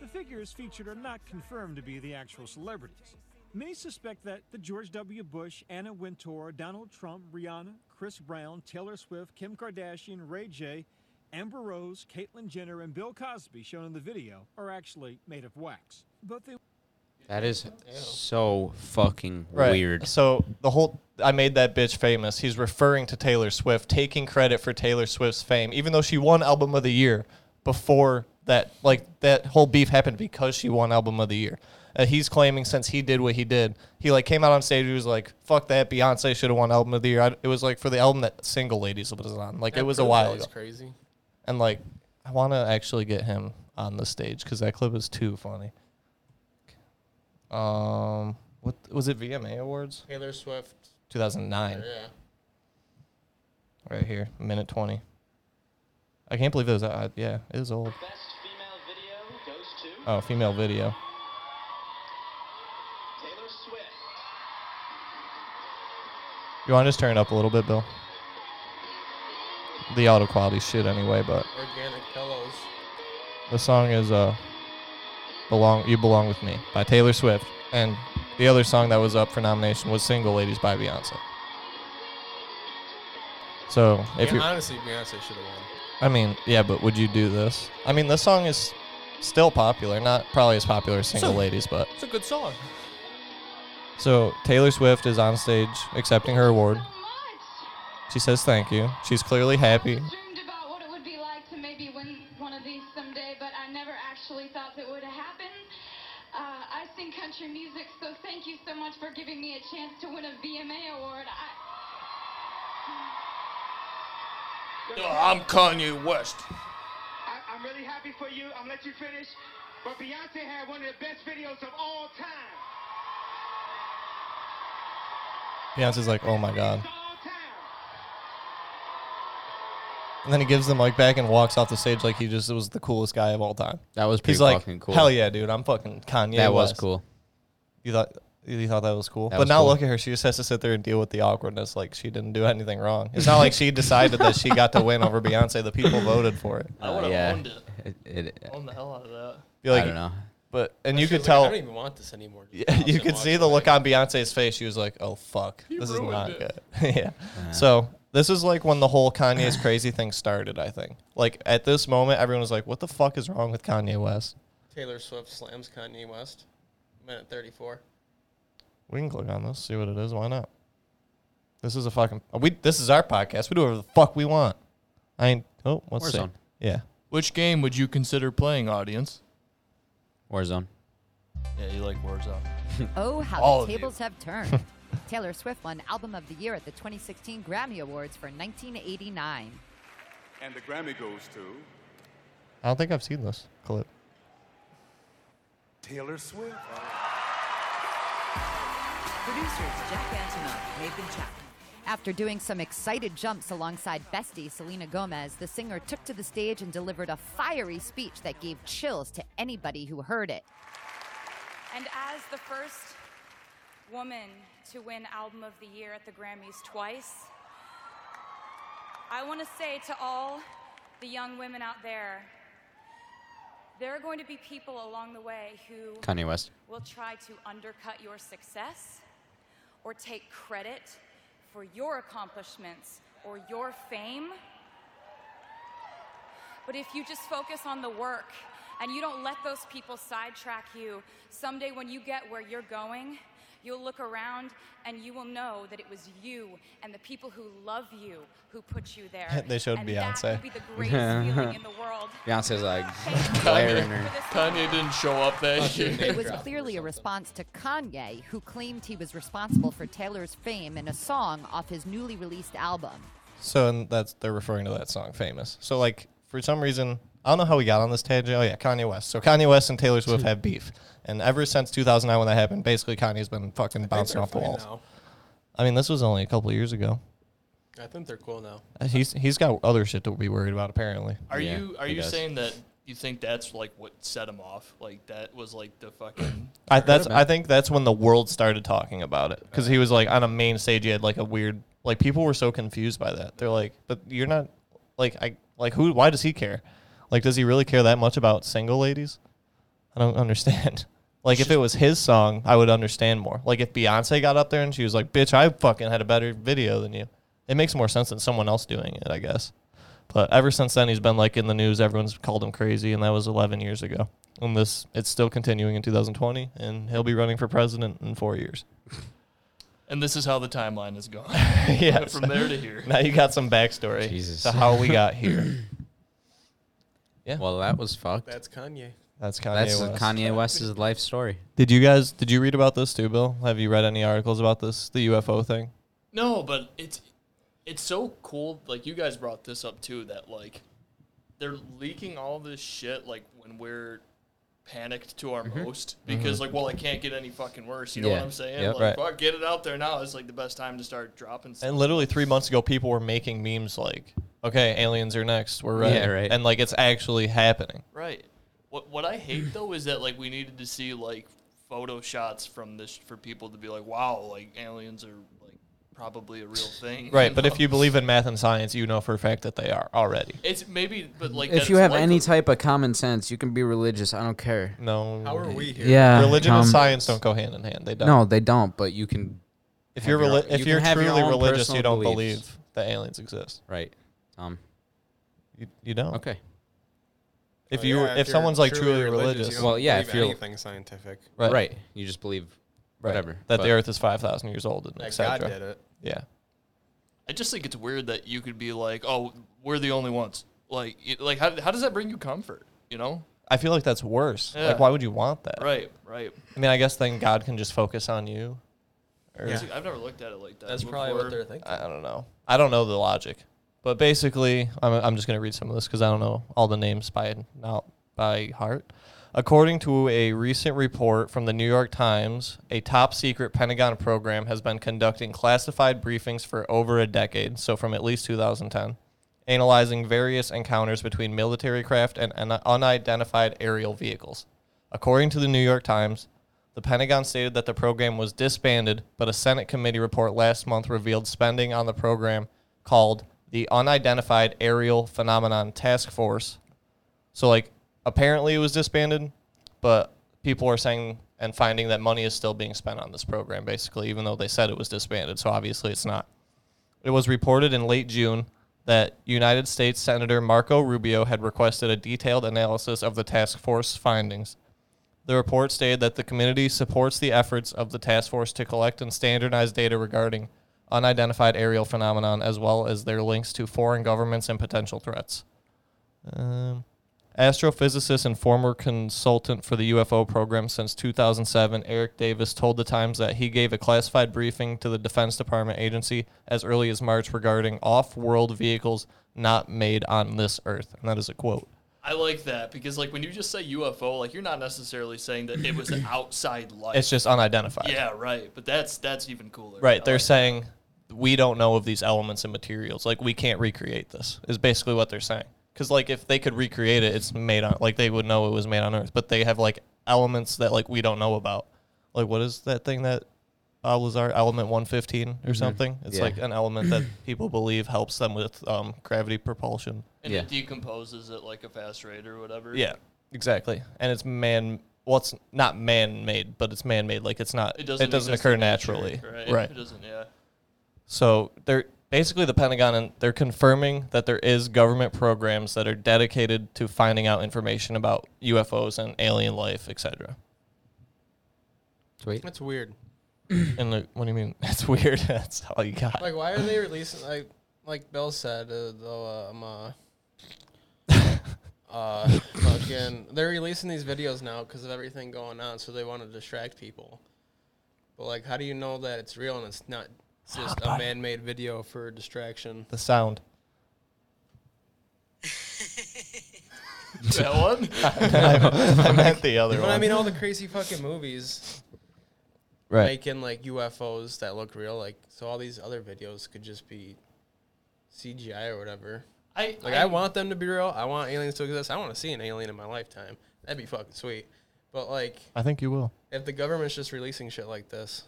The figures featured are not confirmed to be the actual celebrities. Many suspect that the George W. Bush, Anna Wintour, Donald Trump, Rihanna, Chris Brown, Taylor Swift, Kim Kardashian, Ray J, Amber Rose, Caitlyn Jenner, and Bill Cosby, shown in the video, are actually made of wax. But they
That is so fucking weird.
So the whole I made that bitch famous. He's referring to Taylor Swift, taking credit for Taylor Swift's fame, even though she won Album of the Year before that. Like that whole beef happened because she won Album of the Year. Uh, he's claiming since he did what he did, he like came out on stage. He was like, "Fuck that! Beyonce should have won Album of the Year." I, it was like for the album that Single Ladies was on. Like it was a while ago,
It's crazy.
and like I want to actually get him on the stage because that clip is too funny. Um, what was it? VMA Awards.
Taylor Swift.
2009,
Yeah.
right here, minute 20. I can't believe it was, uh, yeah, it is old.
best female video goes to
Oh, female video.
Taylor Swift.
You want to just turn it up a little bit, Bill? The auto quality shit anyway, but
Organic pillows.
the song is uh, "Belong You Belong with Me" by Taylor Swift, and the other song that was up for nomination was "Single Ladies" by Beyonce. So if
yeah,
you,
honestly, Beyonce should have won.
I mean, yeah, but would you do this? I mean, this song is still popular, not probably as popular as "Single Ladies," but
It's a good song.
So Taylor Swift is on stage accepting her award. She says thank you. She's clearly happy.
dreamed about what it would be like to maybe win one of these someday, but I never actually thought that would happen. Uh, I sing country music, so thank you so much for giving me a chance to win a VMA award. I,
I'm Kanye West.
I, I'm really happy for you. I'll let you finish. But Beyonce had one of the best videos of all time.
Beyonce's like, oh my god.
All time.
And then he gives the mic back and walks off the stage like he just was the coolest guy of all time.
That was pretty
He's like,
fucking cool.
hell yeah, dude, I'm fucking Kanye.
that was
West."
cool.
You thought you thought that was cool,
That
but
was
now
cool.
look at her. She just has to sit there and deal with the awkwardness. Like she didn't do anything wrong.
[LAUGHS]
It's not like she decided that she got to win over Beyonce. The people voted for it.
I
Uh,
would have
yeah.
owned it.
It, it-
Owned the hell out of that.
Be like,
I don't know.
But and you
She
could
was like,
tell.
I don't even want this anymore. Just
Yeah, [LAUGHS] you
watch
could
it,
see
watch
the
it.
look on Beyonce's face. She was like, "Oh fuck, this is
ruined
not
it."
good." [LAUGHS] yeah. so this is like when the whole Kanye's crazy thing started. I think. Like at this moment, everyone was like, "What the fuck is wrong with Kanye West?"
Taylor Swift slams Kanye West. Minute 34.
We can click on this, see what it is. Why not? This is a fucking. We this is our podcast. We do whatever the fuck we want. I ain't. Oh, what's that?
Warzone.
Yeah.
Which game would you consider playing, audience?
Warzone.
Yeah, you like Warzone.
Oh, how
All of
the
you.
tables
[LAUGHS]
have turned. Taylor Swift won Album of the Year at the 2016 Grammy Awards for 1989.
And the Grammy goes to
I don't think I've seen this clip.
Taylor Swift.
Producers Jack Antonoff, Nathan Chapman. After doing some excited jumps alongside bestie Selena Gomez, the singer took to the stage and delivered a fiery speech that gave chills to anybody who heard it. And as the first
woman to win Album of the Year at the Grammys twice. I want to say to all the young women out there, there are going to be people along the way who
Kanye West.
will try to undercut your success or take credit for your accomplishments or your fame. But if you just focus on the work and you don't let those people sidetrack you, someday when you get where you're going, you'll look around and you will know that it was you and the people who love you who put you there.
[LAUGHS] They showed
and That
Beyonce.
would be the greatest feeling in the world.
Beyonce's
[LAUGHS]
like [LAUGHS] glaring
Kanye,
her.
Kanye didn't show up that year.
It was clearly a response to Kanye, who claimed he was responsible for Taylor's fame in a song off his newly released album.
So and that's they're referring to that song famous. So like for some reason I don't know how we got on this tangent. Oh yeah, Kanye West. So Kanye West and Taylor
Hmm.
Swift have beef, and ever since 2009 when that happened, basically Kanye's been fucking bouncing
they're
off the
fine
walls.
now.
I mean, this was only a couple of years ago.
I think they're cool now.
Uh, He's he's got other shit to be worried about apparently.
Are you are you saying that you think that's like what set him off? Like that was like the fucking.
I, that's I think that's when the world started talking about it because he was like on a main stage. He had like a weird like people were so confused by that. They're like, but you're not like I like who? Why does he care? Like, does he really care that much about single ladies? I don't [LAUGHS] understand. Like, if it was his song, I would understand more. Like, if Beyonce got up there and she was like, "Bitch, I fucking had a better video than you," it makes more sense than someone else doing it, I guess. But ever since then, he's been like in the news. Everyone's called him crazy, and that was 11 years ago. And this, it's still continuing in 2020, and he'll be running for president in four years. [LAUGHS]
And this is how the timeline has gone.
yeah,
From there to here.
[LAUGHS] Now you got some backstory
Jesus.
to how we got here. Yeah.
Well, that was fucked.
That's Kanye.
That's Kanye
That's
West.
Kanye West's life story.
Did you guys? Did you read about this too, Bill? Have you read any articles about this? The UFO thing.
No, but it's it's so cool. Like you guys brought this up too. That like they're leaking all this shit. Like when we're panicked to our
Mhm.
most because
Mhm.
like well it can't get any fucking worse. You know
Mm-hmm. Yeah.
what I'm saying?
Yep.
Like
Right.
fuck, get it out there now. It's like the best time to start dropping. Stuff.
And literally three months ago, people were making memes like, "Okay, aliens are next. We're ready."
Yeah, right.
And like, it's actually happening.
Right. What what I hate though is that like we needed to see like photo shots from this for people to be like, wow, like aliens are like probably a real thing.
Right. But
know?
if you believe in math and science, you know for a fact that they are already.
it's maybe, but like
if
that
you
it's
have
like-
any type of common sense, you can be religious. I don't care.
No.
How are we here?
Yeah.
Religion and
com-
science don't go hand in hand. They don't.
Uh, No, they don't. But you can.
If
have
you're
your
reli-
own-
if
you can
you're
have your
truly
own
religious,
personal
you don't
beliefs.
believe that aliens exist.
Right. Um.
You, you don't.
Okay.
If
Oh,
you
yeah,
were- if,
if you're
someone's like
truly
truly,
religious,
religious,
you don't
Well, yeah,
believe
if you're-
anything scientific.
Right. You just believe whatever.
that
but-
the Earth is five thousand years old and
That
etc.
God did it.
Yeah.
I just think it's weird that you could be like, oh, we're the only ones. Like, it- like how how does that bring you comfort? You know?
I feel like that's worse.
Yeah.
Like, why would you want that?
Right, right.
I mean, I guess then God can just focus on you. Or
It's like, I've never looked at it like that.
That's probably what
before.
they're thinking.
I I don't know. I don't know the logic, but basically, I'm, I'm just gonna read some of this because I don't know all the names by not by heart. According to a recent report from the New York Times, a top secret Pentagon program has been conducting classified briefings for over a decade, so from at least 2010, analyzing various encounters between military craft and un- unidentified aerial vehicles. According to the New York Times, the Pentagon stated that the program was disbanded, but a Senate committee report last month revealed spending on the program called the Unidentified Aerial Phenomenon Task Force. So, like, apparently it was disbanded, but people are saying and finding that money is still being spent on this program, basically, even though they said it was disbanded. So, obviously, it's not. It was reported in late June that United States Senator Marco Rubio had requested a detailed analysis of the task force findings. The report stated that the community supports the efforts of the task force to collect and standardize data regarding unidentified aerial phenomenon as well as their links to foreign governments and potential threats. Um, astrophysicist and former consultant for the UFO program since 2007, Eric Davis told the Times that he gave a classified briefing to the Defense Department agency as early as March regarding off-world vehicles not made on this earth, and that is a quote.
I like that because like when you just say UFO, like you're not necessarily saying that it
[COUGHS]
was an outside life.
It's just unidentified.
Yeah, right. But that's that's even cooler.
Right. They're saying we don't know of these elements and materials. Like we can't recreate this. Is basically what they're saying. Because like if they could recreate it, it's made on like they would know it was made on Earth. But they have like elements that like we don't know about. Like what is that thing that uh, Lazard element 115 or
Mhm.
something. It's
Yeah.
like an element [COUGHS] that people believe helps them with um, gravity propulsion.
And it decomposes at like a fast rate or whatever.
Yeah, exactly. And it's man. Well, it's not man-made, but it's man-made. Like it's not.
It
It
doesn't
doesn't.
exist
occur
in nature,
naturally.
right? It doesn't- yeah. [LAUGHS]
So they're basically the Pentagon, and they're confirming that there is government programs that are dedicated to finding out information about UFOs and alien life, etc.
Sweet.
That's weird.
and the, what do you mean? [LAUGHS] That's weird. That's all you got.
Like, why are they releasing? Like, like Bill said, uh, though, um, uh, uh, fucking, they're releasing these videos now because of everything going on, so they want to distract people. But like, how do you know that it's real and it's not just a man-made video for distraction? [LAUGHS]
The sound. [LAUGHS]
That one?
I, meant the other
but
one.
I mean, all the crazy fucking movies,
Right.
Making like UFOs that look real, like so. All these other videos could just be CGI or whatever.
I
like. I, want them to be real. I want aliens to exist. I want to see an alien in my lifetime. That'd be fucking sweet. But like,
I think you will.
if the government's just releasing shit like this,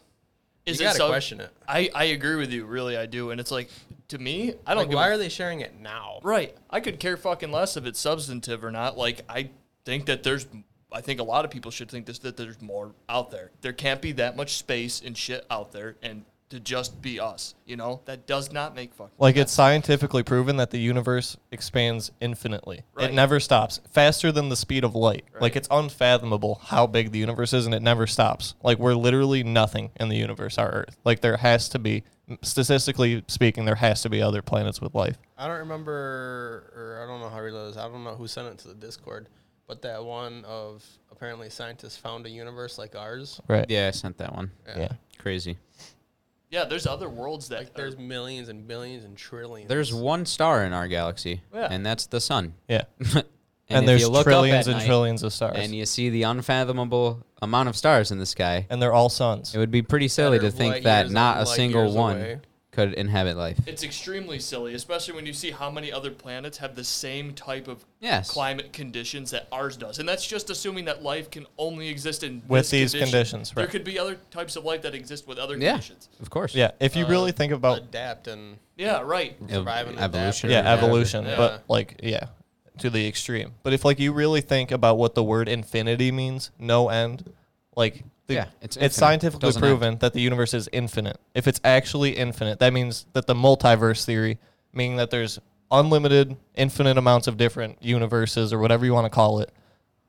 Is
you
it
gotta
so-
question it.
I, I agree with you, really, I do. And it's like, to me, I don't
Like,
give
why
a-
are they sharing it now?
Right. I could care fucking less if it's substantive or not. Like, I think that there's, I think a lot of people should think this, that there's more out there. There can't be that much space and shit out there and to just be us, you know? That does not make fucking
Like it's scientifically proven that the universe expands infinitely.
Right.
It never stops. Faster than the speed of light. Like it's unfathomable how big the universe is and it never stops. Like we're literally nothing in the universe, our Earth. Like there has to be statistically speaking, there has to be other planets with life.
I don't remember, or I don't know how real it is. I don't know who sent it to the Discord, but that one of apparently scientists found a universe like ours.
Yeah, I sent that one.
Yeah. Yeah.
Crazy.
Yeah, there's other worlds that.
There's millions and billions and trillions.
There's one star in our galaxy,
Yeah.
and that's the sun. [LAUGHS]
Yeah.
and
And
if
there's
you look up
trillions
at
and
night
trillions of stars.
And you see the unfathomable amount of stars in the sky.
And they're all suns.
It would be pretty silly to think
light
that
years
not
and
a
light
single
years
one
away.
could inhabit life.
It's extremely silly, especially when you see how many other planets have the same type of
Yes.
climate conditions that ours does. And that's just assuming that life can only exist in
With
this
these
condition.
conditions,
There
right.
could be other types of life that exist with other
Yeah,
conditions.
of course.
Yeah. If you
Uh,
really think about
adapt and
Yeah, right.
survive and adapt.
evolution.
Yeah,
or whatever.
evolution,
Yeah.
but like yeah, to the extreme. But if like you really think about what the word infinity means, no end, like the,
Yeah, it's
it's,
infinite.
scientifically
Doesn't
proven that the universe is infinite. If it's actually infinite, that means that the multiverse theory, meaning that there's unlimited, infinite amounts of different universes or whatever you want to call it,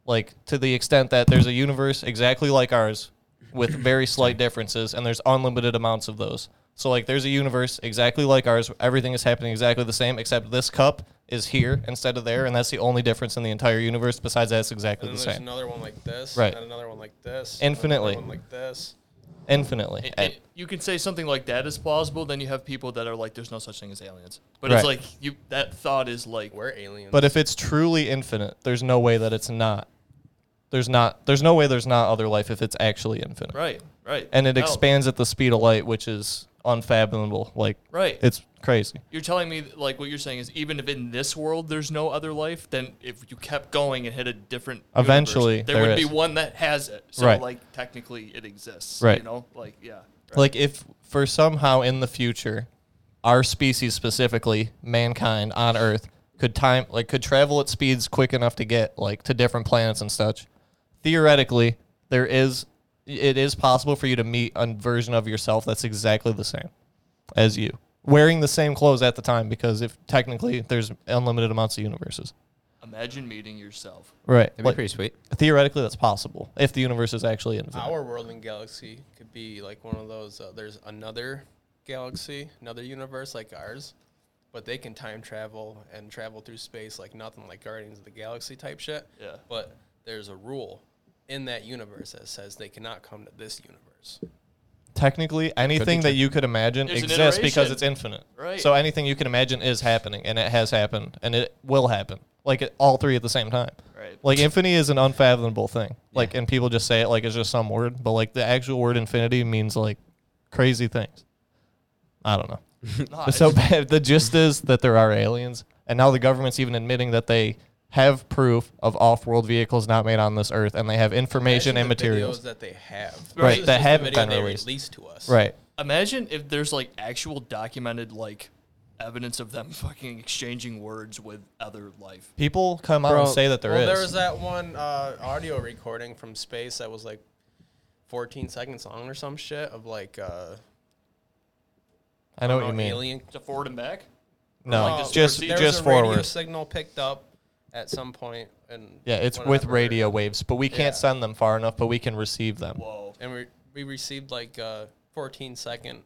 like to the extent that there's a universe exactly like ours with very slight differences and there's unlimited amounts of those so like there's a universe exactly like ours everything is happening exactly the same except this cup is here instead of there and that's the only difference in the entire universe besides that's exactly
And then
the
there's
same
another one like this.
Right.
And another one like this. and another
infinitely
one like this.
infinitely
It-
And-
it- you can say something like that is plausible, then you have people that are like, "There's no such thing as aliens." But it's
Right.
like you that thought is like,
"We're aliens."
But if it's truly infinite, there's no way that it's not. There's not. There's no way there's not other life if it's actually infinite.
Right, right.
And it
No.
expands at the speed of light, which is unfathomable. Like
Right.
it's crazy.
You're telling me like what you're saying is even if in this world there's no other life, then if you kept going and hit a different universe,
Eventually,
there,
there
would
is.
be one that has it. So
Right.
like technically it exists.
Right.
You know, like yeah.
Like if for somehow in the future, our species specifically, mankind on Earth, could time like could travel at speeds quick enough to get like to different planets and such. Theoretically, there is it is possible for you to meet a version of yourself that's exactly the same as you. Wearing the same clothes at the time because if technically there's unlimited amounts of universes.
Imagine meeting yourself.
Right.
That'd be pretty sweet.
Theoretically that's possible if the universe is actually infinite.
Our world and galaxy could be like one of those. Uh, there's another galaxy, another universe like ours, but they can time travel and travel through space like nothing, like Guardians of the Galaxy type shit.
Yeah.
But there's a rule in that universe that says they cannot come to this universe.
technically anything that you could imagine
There's an
exists because
iteration.
it's infinite.
Right.
So anything you can imagine is happening, and it has happened, and it will happen. Like it, all three at the same time.
Right.
Like infinity is an unfathomable thing. Like, and people just say it like it's just some word, but like the actual word infinity means like crazy things.
[LAUGHS]
I don't know.
Nah,
It's so
it's-
bad. The gist is that there are aliens, and now the government's even admitting that they have proof of off-world vehicles not made on this earth, and they have information and
Imagine the
materials
videos that they have.
Right,
versus
that
the
haven't
video
been
they
released.
released to us.
Right.
Imagine if there's like actual documented like evidence of them [LAUGHS] fucking exchanging words with other life.
People come out and say that there
well,
is.
There was that one uh, audio recording from space that was like 14 seconds long or some shit of like. Uh,
I know what you
an
mean.
Alien
to forward and back.
No,
Like
just
there was
just
Oh. a radio
forward.
signal picked up at some point, and
Yeah, it's with
whatever.
radio waves, but we
Yeah.
can't send them far enough, but we can receive them.
Whoa.
And we we received like a 14 second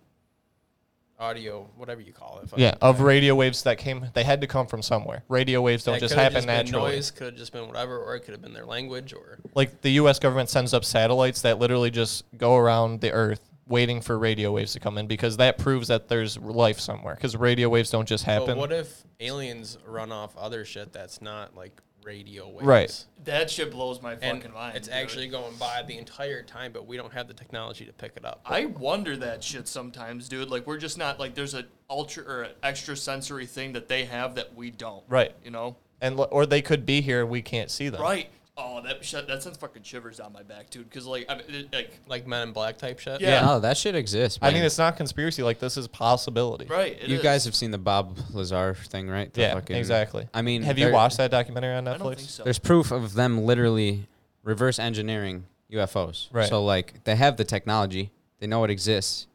audio, whatever you call it. if I-
Yeah, of radio waves that came, they had to come from somewhere. Radio waves don't
It
just
could've been
happen naturally.
Noise could have just been whatever, or it could have been their language, or
Like the U.S. government sends up satellites that literally just go around the Earth waiting for radio waves to come in because that proves that there's life somewhere. Because radio waves don't just happen.
But what if aliens run off other shit that's not like radio waves?
Right.
That shit blows my
And
fucking mind,
It's
dude.
actually going by the entire time, but we don't have the technology to pick it up.
I wonder that shit sometimes, dude. Like we're just not like there's an ultra or an extra sensory thing that they have that we don't.
Right.
You know.
And l- or they could be here and we can't see them.
Right. Oh, that shit, that sends fucking shivers down my back, dude. Because like, I mean, it, like,
like Men in Black type shit.
Yeah.
No, Oh, that shit exists.
I
Man.
mean, it's not conspiracy. Like this is possibility.
Right, it
you
is.
guys have seen the Bob Lazar thing, right? The
Yeah,
fucking-
exactly.
I mean,
have you
there-
watched that documentary on Netflix?
There's proof of them literally reverse engineering UFOs.
Right.
So like they have the technology, they know it exists,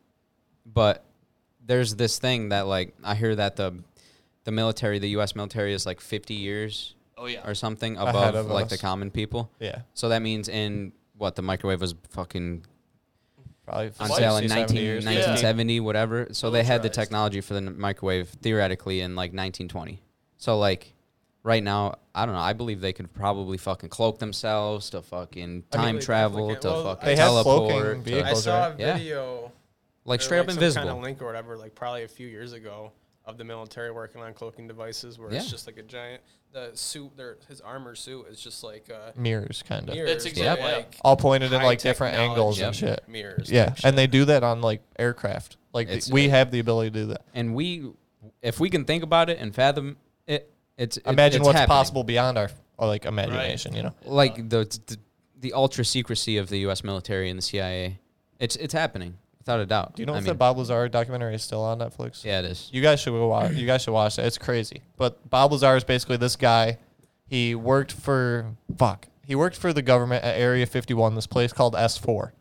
but there's this thing that like I hear that the the military, the U.S. military, is like 50 years.
Oh, yeah.
Or something
Ahead
above
of
like
us.
the common people.
Yeah.
So that means in what the microwave was fucking.
Probably
on
60,
sale in
70
19,
years.
1970, whatever. So they had the technology for the n- microwave theoretically in like 1920. So like right now, I don't know. I believe they could probably fucking cloak themselves to fucking
I mean,
time
they
travel
definitely
to
can. Well,
fucking
I- They have
teleport.
cloaking
to-
I saw a
Yeah.
video,
Like
or,
straight up
some kind
invisible.
of link or whatever, like probably a few years ago, of the military working on cloaking devices, where it's
Yeah.
just like a giant the suit, their his armor suit is just like uh,
mirrors kind of
mirrors, but, like,
Mm. all pointed in like
high
different angles and
technology
shit
Mirrors,
yeah
type
and they do that on like aircraft like th-
It's-
we have the ability to do that
And we, if we can think about it and fathom it, it's it-
imagine
it's
what's
happening.
possible beyond our our, like imagination you know
like the, the the ultra secrecy of the U.S. military and the CIA. It's it's happening without a doubt.
do you know
I
if the
mean,
bob lazar documentary is still on netflix
Yeah, it is.
you guys should go watch you guys should watch that it's crazy but bob lazar is basically this guy he worked for fuck he worked for the government at area 51 this place called s4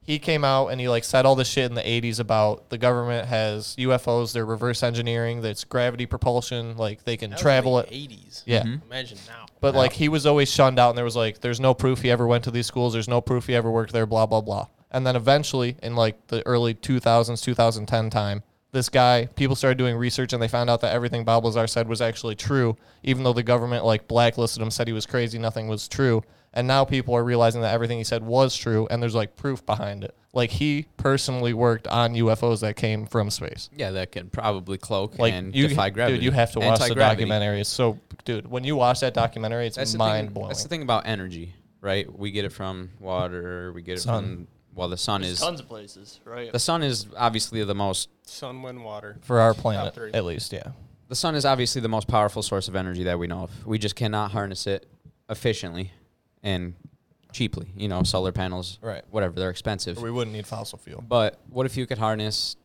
he came out and he like said all this shit in the 80s about the government has UFOs, they're reverse engineering, that's gravity propulsion, like they can
That was in
travel
the
it.
80s.
Yeah.
Mhm. Imagine now.
But
Wow.
like he was always shunned out and there was like there's no proof he ever went to these schools, there's no proof he ever worked there, blah blah blah. And then eventually in like the early 2000s, 2010 time, this guy, people started doing research and they found out that everything Bob Lazar said was actually true, even though the government like blacklisted him, said he was crazy, nothing was true. And now people are realizing that everything he said was true and there's like proof behind it. Like he personally worked on UFOs that came from space.
Yeah, that can probably cloak
Like
and
you,
defy gravity.
dude, you have to watch the
Anti-gravity.
documentary. It's so, dude, when you watch that documentary, it's
That's the thing-
mind blowing.
That's the thing about energy, right? We get it from water. We get it
Sun.
from well, the sun
There's
is
tons of places, right?
The sun is obviously the most
sun, wind, water
for our
Top
planet,
three.
at least. Yeah,
the sun is obviously the most powerful source of energy that we know of. We just cannot harness it efficiently and cheaply. You know, solar panels,
Right.
Whatever, they're expensive.
Or we wouldn't need fossil fuel.
But what if you could harness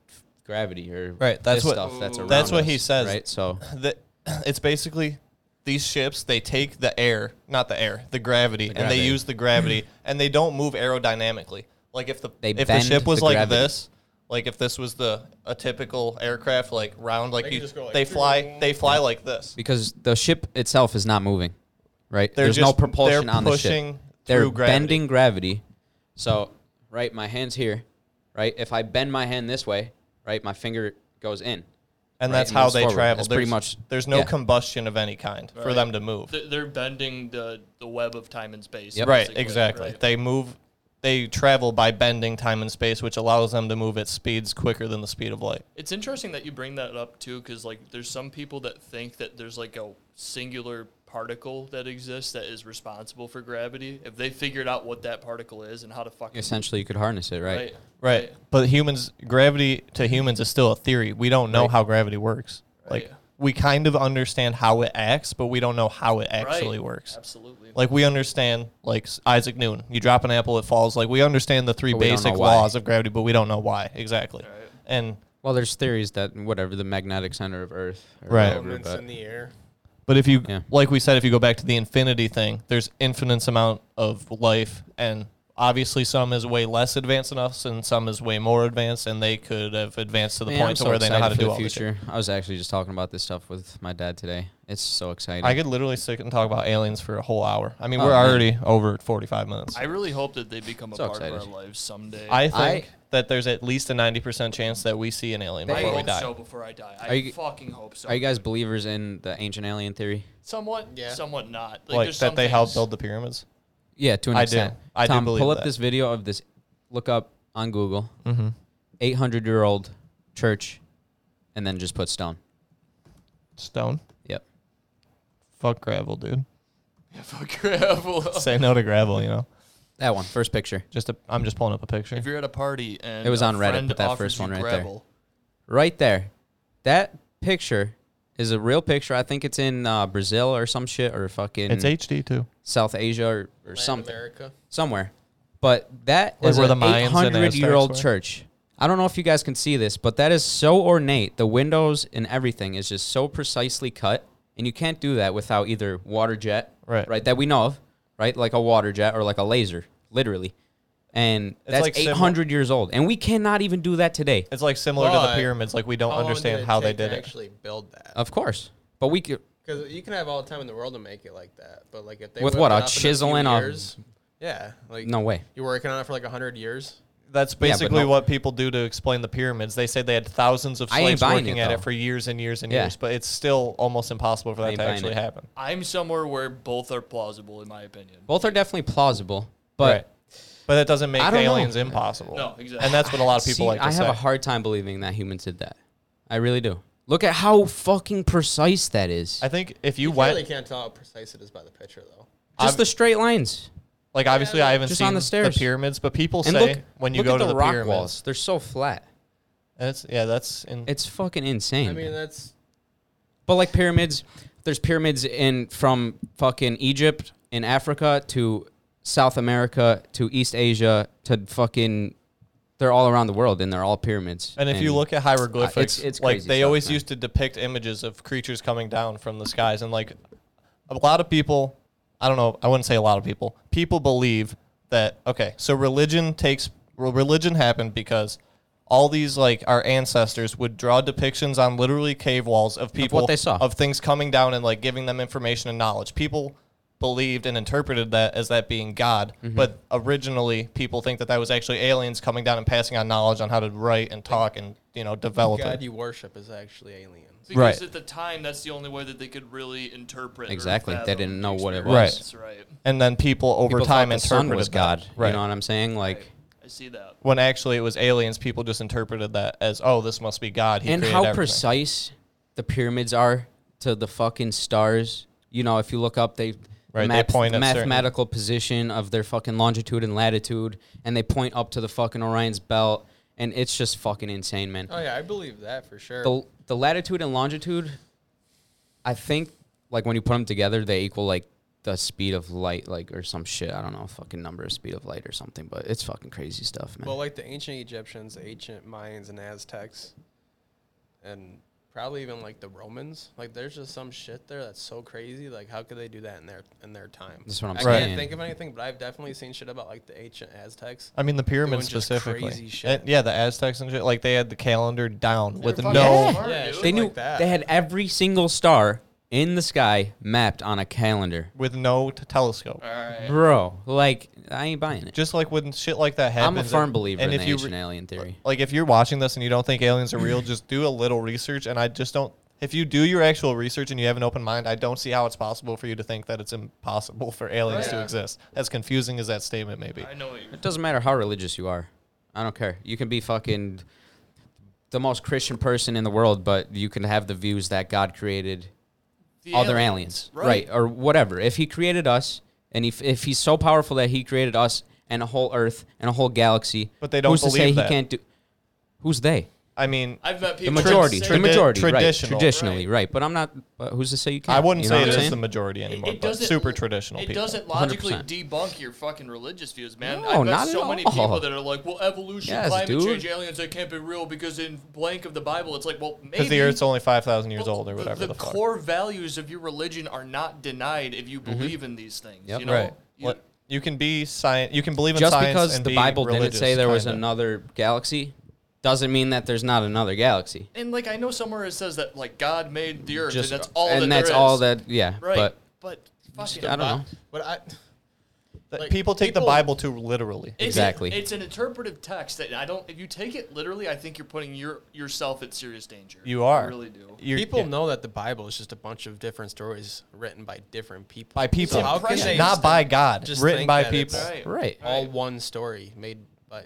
gravity or
right. That's
this
what
stuff that's around
what
us,
he says.
Right, so
that it's basically these ships. They take the air, not the air, the gravity,
The
and they
gravity.
use the gravity, [CLEARS THROAT] and they don't move aerodynamically. Like if the
They
if the
bend
ship was
the
like
gravity.
this. Like if this was the a typical aircraft, like round, like
They
they,
can just go like-
they fly, they fly like this.
because the ship itself is not moving, right?
They're
There's no
just-
propulsion
they're
on the
pushing
ship. They're
through gravity.
bending gravity. So, right, my hand's here, right? If I bend my hand this way, right, my finger goes in. right,
and that's how
moves
they
forward.
travel.
That's
there's,
pretty much
there's no
yeah.
combustion of any kind for
Right.
them to move.
They- They're bending the the web of time and space.
Right,
basically,
exactly.
right?
They move, they travel by bending time and space, which allows them to move at speeds quicker than the speed of light.
It's interesting that you bring that up too, because like there's some people that think that there's like a singular particle that exists that is responsible for gravity. If they figured out what that particle is and how to fucking
Essentially, you could harness it, right?
Right.
Right. But humans, gravity to humans is still a theory. We don't know
Right.
how gravity works. Like we kind of understand how it acts, but we don't know how it actually works.
Absolutely.
Like we understand, like s- Isaac Newton, you drop an apple, it falls. Like we understand the three
But we don't know
basic
why.
laws of gravity, but we don't know why exactly. And
well, there's theories that whatever the magnetic center of Earth, or
Right.
whatever,
Elements
but
in the air.
But if you, like we said, if you go back to the infinity thing, there's infinite amount of life, and obviously some is way less advanced than us, and some is way more advanced, and they could have advanced to the
Man, I'm
point
so
to where they know
excited
how to
for
do
the
all this. shit.
future. I was actually just talking about this stuff with my dad today. It's so exciting.
I could literally sit and talk about aliens for a whole hour. I mean,
Oh,
we're
man.
already over 45 minutes.
I really hope that they become a
So
part of
excited.
our lives someday.
I think that there's at least a 90% chance that we see an alien
I
before we
hope
die.
so before I die. I
Are you-
fucking hope so.
Are you guys believers in the ancient alien theory?
Somewhat, somewhat not. Like,
Like,
there's
that they
some
helped
things-
build the pyramids?
Yeah, to an
I
extent.
Do. I
Tom,
do believe
pull up
that.
this video of this. Look up on Google.
Mhm.
800 year old church, and then just put stone.
Stone?
Yep.
Fuck gravel, dude.
Yeah, fuck gravel.
Say no to gravel, you know?
That one, first picture.
Just a, I'm just pulling up a picture.
[LAUGHS] If you're at a party and
It was
a
on Reddit,
friend
but that
offers
first
you
one right
gravel,
there. Right there. That picture is a real picture. I think it's in uh, Brazil or some shit or fucking.
It's HD too.
South Asia or, or something.
America.
Somewhere. But that
Where
is
were
an
the Mayans and
800 year old
Aztecs were?
church. I don't know if you guys can see this, but that is so ornate. The windows and everything is just so precisely cut. And you can't do that without either water jet,
right?
right that we know of, right? Like a water jet or like a laser, literally. And
It's
that's
like sim-
800 years old. And we cannot even do that today.
It's like similar to the pyramids. Like we don't
how long did
understand
it
how they
take to
did it.
Actually, build that
Of course. But we could.
because you can have all the time in the world to make it like that. But like if they
With
whipped
what,
it
a
up in few
chisel and a-
years, yeah, like
No way.
You're working on it for like hundred years.
That's
but
basically
no-
what people do to explain the pyramids. They say they had thousands of
I ain't
slaves
buying
working
it,
at it
though.
for years and years and
Yeah.
years, but it's still almost impossible for
I
that
ain't
to
buying
actually
it.
happen.
I'm somewhere where both are plausible, in my opinion.
Both are definitely plausible. But
Right. But that doesn't make
I don't know.
aliens impossible.
No, exactly.
And that's what a lot of people
See,
like to
I
say.
have a hard time believing that humans did that. I really do. Look at how fucking precise that is.
I think if you,
You
went,
really can't tell how precise it is by the picture though.
just
I've-
the straight lines.
like obviously I haven't
Just
seen
on the stairs.
pyramids, but people
And
say
look-
when you
look
go
at
to
the
the,
rock
pyramids,
walls. They're so flat.
and it's yeah, that's in,
It's fucking insane.
I mean that's
but like pyramids, there's pyramids in from fucking Egypt in Africa to South America to East Asia to fucking they're all around the world and they're all pyramids.
And if you look at
it's,
hieroglyphics,
it's
like
crazy
they
stuff,
always
man.
used to depict images of creatures coming down from the skies, and like a lot of people, I don't know, I wouldn't say a lot of people, people believe that okay, so religion takes well, religion happened because all these like our ancestors would draw depictions on literally cave walls of people
they saw.
of things coming down and like giving them information and knowledge. People believed and interpreted that as that being God,
Mm-hmm.
but originally people think that that was actually aliens coming down and passing on knowledge on how to write and talk and you know
the
develop
god
it.
you worship is actually aliens.
Because
Right.
at the time, that's the only way that they could really interpret. or
Exactly. They
fathom
didn't
the
know what it
experience,
was.
Right.
And then people over
People thought
time
the sun
interpreted
was
that.
God.
Right.
You know what I'm saying? Like
I see that.
when actually it was aliens, people just interpreted that as oh, this must be God. He
and
created
how
everything.
precise the pyramids are to the fucking stars. You know, if you look up, they
Right, they
map
point
the
at certain-
mathematical position of their fucking longitude and latitude, and they point up to the fucking Orion's belt, and it's just fucking insane, man.
Oh yeah, I believe that for sure.
The the latitude and longitude, I think, like when you put them together, they equal like the speed of light, like or some shit. I don't know, fucking number of speed of light or something, but it's fucking crazy stuff, man.
Well, like the ancient Egyptians, the ancient Mayans, and Aztecs, and probably even like the Romans. Like, there's just some shit there that's so crazy. Like, how could they do that in their in their time?
That's what I'm
I
saying.
can't think of anything, but I've definitely seen shit about like the ancient Aztecs.
I mean the pyramids
doing just
specifically.
Crazy
And-
shit.
yeah, the Aztecs and shit. Like they had the calendar down with
fucking
no.
smart, Yeah, dude.
they
shit
knew
like that.
they had every single star in the sky mapped on a calendar,
With no t- telescope,
bro. Like I ain't buying it.
just like when shit like that happens.
I'm a firm believer in the
you
ancient
re-
alien theory.
like if you're watching this and you don't think aliens are real, just do a little research. And I just don't. If you do your actual research and you have an open mind, I don't see how it's possible for you to think that it's impossible for aliens to
Yeah.
exist. As confusing as that statement may be.
I know what you're
It doesn't matter how religious you are. I don't care. You can be fucking the most Christian person in the world, but you can have the views that God created
The
other aliens,
aliens,
right.
right.
or whatever. If He created us, and if if He's so powerful that He created us and a whole Earth and a whole galaxy,
But they don't
who's to
believe
say
that.
He can't do? Who's they?
I mean,
I've met
The
people
majority,
that
the
say-
majority,
traditional.
right? Traditionally, right. But I'm not. But who's to say you can't?
I wouldn't
you know
say
what
it
I'm
is
saying?
the majority anymore,
It
but
doesn't
super traditional
It
people.
doesn't logically
100%.
debunk your fucking religious views, man.
No,
I've met
not at
so many
all.
people that are like, "Well, evolution,
Yes,
climate
dude.
change, aliens, they can't be real because in blank of the Bible, it's like, well, maybe
Because the Earth's only 5,000 years old or
the-
whatever
the,
the, fuck.
core values of your religion are not denied if you believe in these things. You know,
Mm-hmm. Right.
You-
What- You can be science. You can believe in
Just
science
because
and
the
be
Bible didn't
religious,
say there was
kinda.
another galaxy, doesn't mean that there's not another galaxy.
and like I know somewhere it says that like God made the earth,
Just-
and that's all.
and
that
that's
there
all
is.
that- yeah,
Right.
but-
but
Just-
fucking
I don't know.
But I.
That
like,
people take the
people-
Bible too literally.
It's-
Exactly.
it's an interpretive text that I don't. If you take it literally, I think you're putting your yourself at serious danger.
You are.
I really do.
You're-
people
yeah.
know that the Bible is just a bunch of different stories written by different people.
By
So
people.
how can
Yeah.
they
Not
just
by
think-
God,
just
written
think
by
that it's
people. Right.
All one story made by.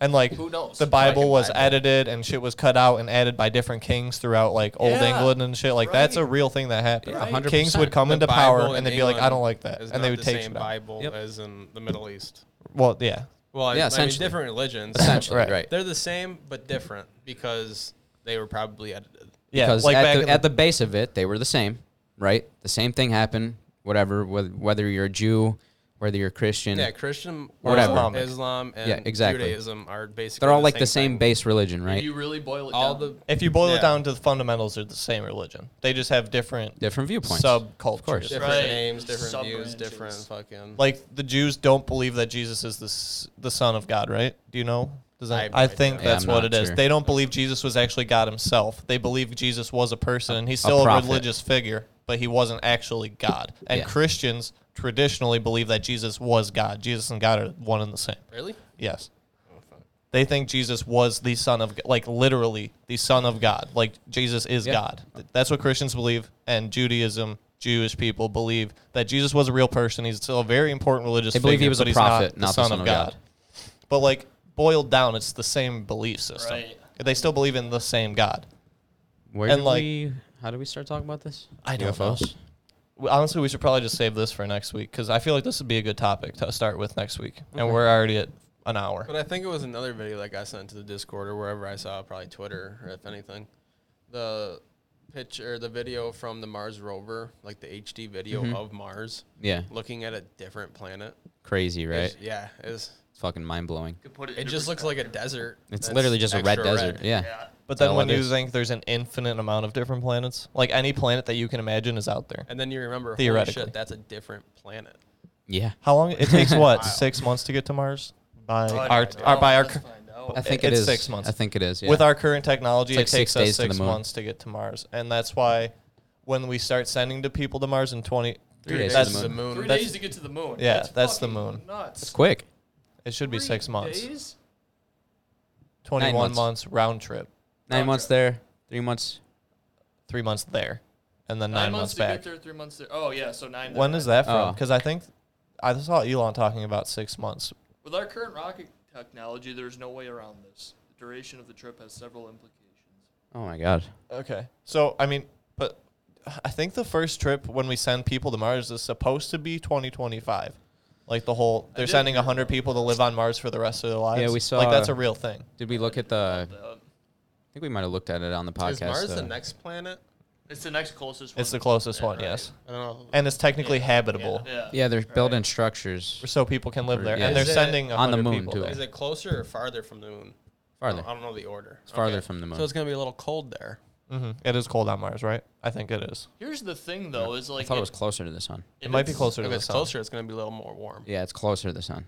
And like
Who knows?
the Bible
Fucking
was
Bible.
edited and shit was cut out and added by different kings throughout like old
Yeah,
England and shit. Like that's a real thing that happened.
Yeah, Right. 100%.
Kings would come
The
into
Bible
power
in
and they'd be like, I
England
don't like that.
is
And they
not
would
the
take
same
shit out.
Bible
Yep.
as in the Middle East.
Well, yeah.
Well, I-
Yeah,
I,
essentially.
mean, different religions.
Essentially, Right. right.
They're the same but different because they were probably edited.
Yeah,
because
like back
at, the,
in the-
at the base of it, they were the same, right? The same thing happened, whatever, whether, whether you're a Jew, whether you're a Christian.
Yeah, Christian,
Whatever.
Islam, Islam, and
Yeah, exactly.
Judaism are basically.
They're all like the
same
same
thing.
base religion, right?
You really boil it
All
down.
the
If you boil
Yeah.
it down to the fundamentals, they're the same religion. They just have different
Different viewpoints.
subcultures.
Of course.
different
Right.
names, different views,
Sub-branches.
different fucking.
Like the Jews don't believe that Jesus is the s- the son of God, right? Do you know? Does that,
I-
I,
I
think
don't.
Yeah,
that's
I'm
what
not
it is.
sure.
They don't believe Jesus was actually God himself. They believe Jesus was a person and he's still a,
prophet.
religious figure, but he wasn't actually God. And
Yeah.
Christians traditionally believe that Jesus was God. Jesus and God are one and the same.
really?
Yes. They think Jesus was the son of like literally the son of God. Like Jesus is
Yeah.
God. Th- That's what Christians believe and Judaism Jewish people believe that Jesus was a real person. He's still a very important religious
They believe he
figure,
was
but
a
he's
prophet,
not the son, of God. But like boiled down, it's the same belief system.
Right.
They still believe in the same God.
Where
And,
did
like-
we, how do we start talking about this?
I don't
UFOs?
know. W- Honestly, we should probably just save this for next week because I feel like this would be a good topic to start with next week, and we're already at an hour.
But I think it was another video like I sent to the Discord or wherever I saw, probably Twitter or if anything. The picture, the video from the Mars rover, like the HD video of Mars,
Mm-hmm. Yeah,
looking at a different planet.
crazy, right?
It's- yeah, it's,
It's fucking mind blowing.
Could put
it just looks like a desert.
It's
that's
literally just a red
extra
desert. Yeah.
But
all
then
it
when you
is.
think there's an infinite amount of different planets, like any planet that you can imagine is out there.
And then you remember, holy
Theoretically.
shit, that's a different planet.
yeah,
How long it [LAUGHS] takes? What six months to get to Mars by
Oh,
our,
no,
our by our
let's
cur-
find out.
I think
it-
it
it's
is
six months.
I think it is. Yeah.
with our current technology,
It's like
it takes
six
us
days to the
six
moon.
months to get to Mars, and that's why when we start sending to people to Mars in twenty
Three days to
that's
the
the
moon.
moon.
Three
That's-
days to get to the moon.
yeah, that's the
fucking
moon.
Nuts.
it's quick.
it should be
Three
six months,
days?
twenty
Nine
one
months.
months round trip,
Nine months there, three months.
three months there, and then
Nine,
nine,
months, to
back.
get there, three months there. Oh yeah, so nine.
When
there.
is that from?
Oh.
Because I think I saw Elon talking about six months.
With our current rocket technology, there's no way around this. The duration of the trip has several implications.
Oh my god.
Okay. So I mean, but I think the first trip when we send people to Mars is supposed to be 2025. Like the whole, they're
did
sending
hear
100 people to live on Mars for the rest of their lives.
Yeah, we
Like
saw-
that's a real thing.
Did we look at the? I
Uh,
think we might have looked at it on the podcast.
Is Mars
uh,
the next planet?
it's the next closest. one.
It's the closest one,
right.
yes.
I don't know.
And it's technically habitable,
Yeah.
Yeah, they're building structures
so people can live
Or-
there.
yeah.
And they're
Is it
sending
on the
100
moon,
people
too.
there.
Is it closer or farther from the moon?
farther.
I don't know the order. It's
farther from the moon.
So it's gonna be a little cold there.
Mhm. It is cold on Mars, right? I think it is.
Here's the thing, though, is
I
like
thought it was closer to the sun.
It might be closer to
If
the
it's
sun.
closer, it's gonna be a little more warm.
Yeah, it's closer to the sun.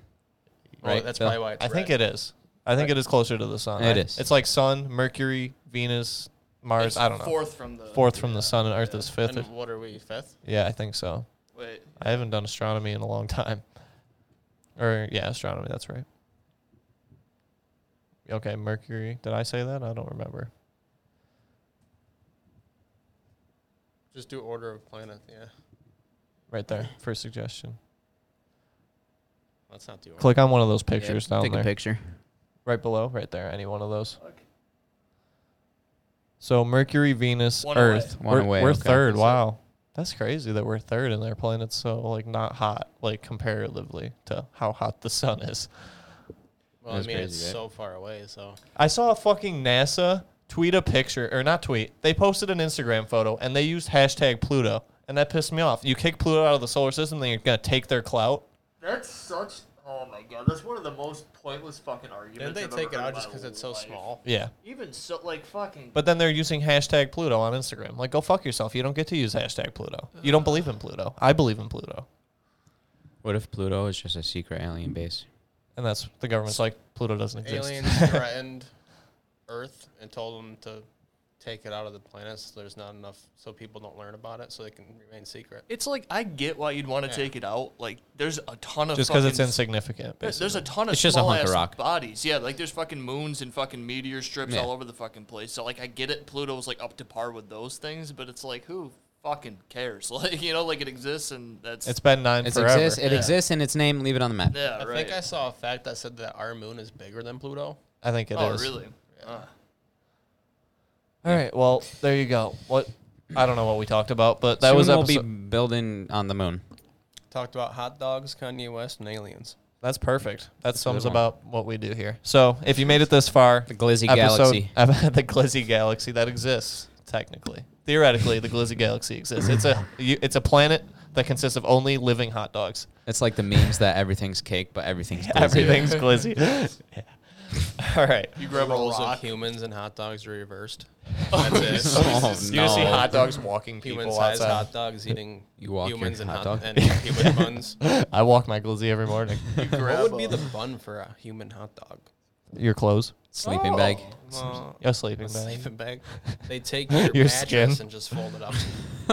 Well,
Right,
that's
Phil?
probably why. It's
I think
red.
it is. I think it is closer to the sun.
It
right?
is.
It's like sun, Mercury, Venus, Mars.
It's
I don't know. Fourth,
Fourth from the.
from the sun, and Earth is fifth.
And what are we fifth?
Yeah, I think so.
Wait.
I haven't done astronomy in a long time. [LAUGHS] Or yeah, astronomy. That's right. Okay, Mercury. Did I say that? I don't remember.
Just do order of planet. Yeah,
Right
[LAUGHS]
there. First suggestion.
let's not do order.
Click on one of those pictures down
Take
there.
a picture.
Right below. Right there. Any one of those. So Mercury, Venus,
One
Earth.
away. One
we're
away,
we're
okay.
third.
So-
Wow. That's crazy that we're third and their planet's so like not hot, like comparatively to how hot the sun is.
Well, Well,
That's
I mean,
crazy,
it's
right?
so far away, so.
I saw a fucking NASA tweet a picture, or not tweet. They posted an Instagram photo and they used hashtag Pluto, and that pissed me off. You kick Pluto out of the solar system, then you're gonna take their clout.
That's such. Oh my god, that's one of the most pointless fucking
Didn't
arguments.
they
I've
take
ever
it
heard
out
in
just
my
because it's so
life.
small?
Yeah.
Even so, like fucking.
But then they're using hashtag Pluto on Instagram. Like, go fuck yourself. You don't get to use hashtag Pluto. You don't believe in Pluto. I believe in Pluto.
What if Pluto is just a secret alien base?
And that's the government's like, Pluto doesn't
[LAUGHS]
exist.
Aliens [LAUGHS] threatened Earth and told them to take it out of the planet so there's not enough, so people don't learn about it, so they can remain secret.
It's like I get why you'd want to
Yeah.
take it out. Like there's a ton of
Just 'cause it's
fucking-
insignificant,
There- There's a
basically.
ton of
It's
it's
just a
small
hunk
ass
of rock.
bodies. Yeah, like there's fucking moons and fucking meteor strips
Yeah.
all over the fucking place. So like I get it. Pluto's like up to par with those things, but it's like who fucking cares? [LAUGHS] Like you know, like it exists and that's
It's been nine
It
forever.
exists. It exists in its name. Leave it on the map.
Yeah,
I
right.
think I saw a fact that said that our moon is bigger than Pluto.
I think it
it
is.
is. oh, really? Ah.
All right. Well, there you go. What I don't know what we talked about, but that
Soon
was
we'll
episode.
be building on the moon.
Talked about hot dogs, Kanye West, and aliens.
That's perfect. That sums
one.
about what we do here. So if you made it this far, the
Glizzy
[LAUGHS]
Galaxy.
the Glizzy Galaxy that exists technically, theoretically, the Glizzy Galaxy exists. It's a you, it's a planet that consists of only living hot dogs.
It's like the memes that everything's cake, but everything's glizzy.
Everything's [LAUGHS] glizzy. [LAUGHS] Yeah. [LAUGHS] All right.
You grab
a
roles
rock.
of humans and hot dogs are [LAUGHS] reversed. That's it.
Oh, You no. see hot dogs walking people
Human-sized
outside.
hot dogs eating
You walk your
humans and
hot dog?
hot,
[LAUGHS]
and human buns.
I walk my glizzy every morning.
What would be the bun for a human hot dog?
[LAUGHS] Your clothes.
Sleeping bag.
Well,
Your sleeping
a
bag.
Sleeping
[LAUGHS]
bag. They take your,
Your
mattress
skin.
and just fold it up.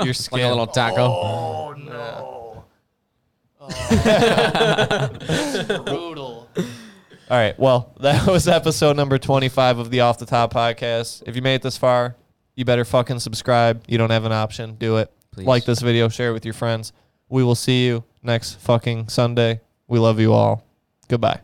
Your skin.
Like a little taco.
Oh no. Oh, brutal.
All right. Well, [LAUGHS] that was episode number 25 of the Off the Top podcast. If you made it this far, you better fucking subscribe. You don't have an option. Do it.
Please.
Like this video, share it with your friends. We will see you next fucking Sunday. We love you all. Goodbye.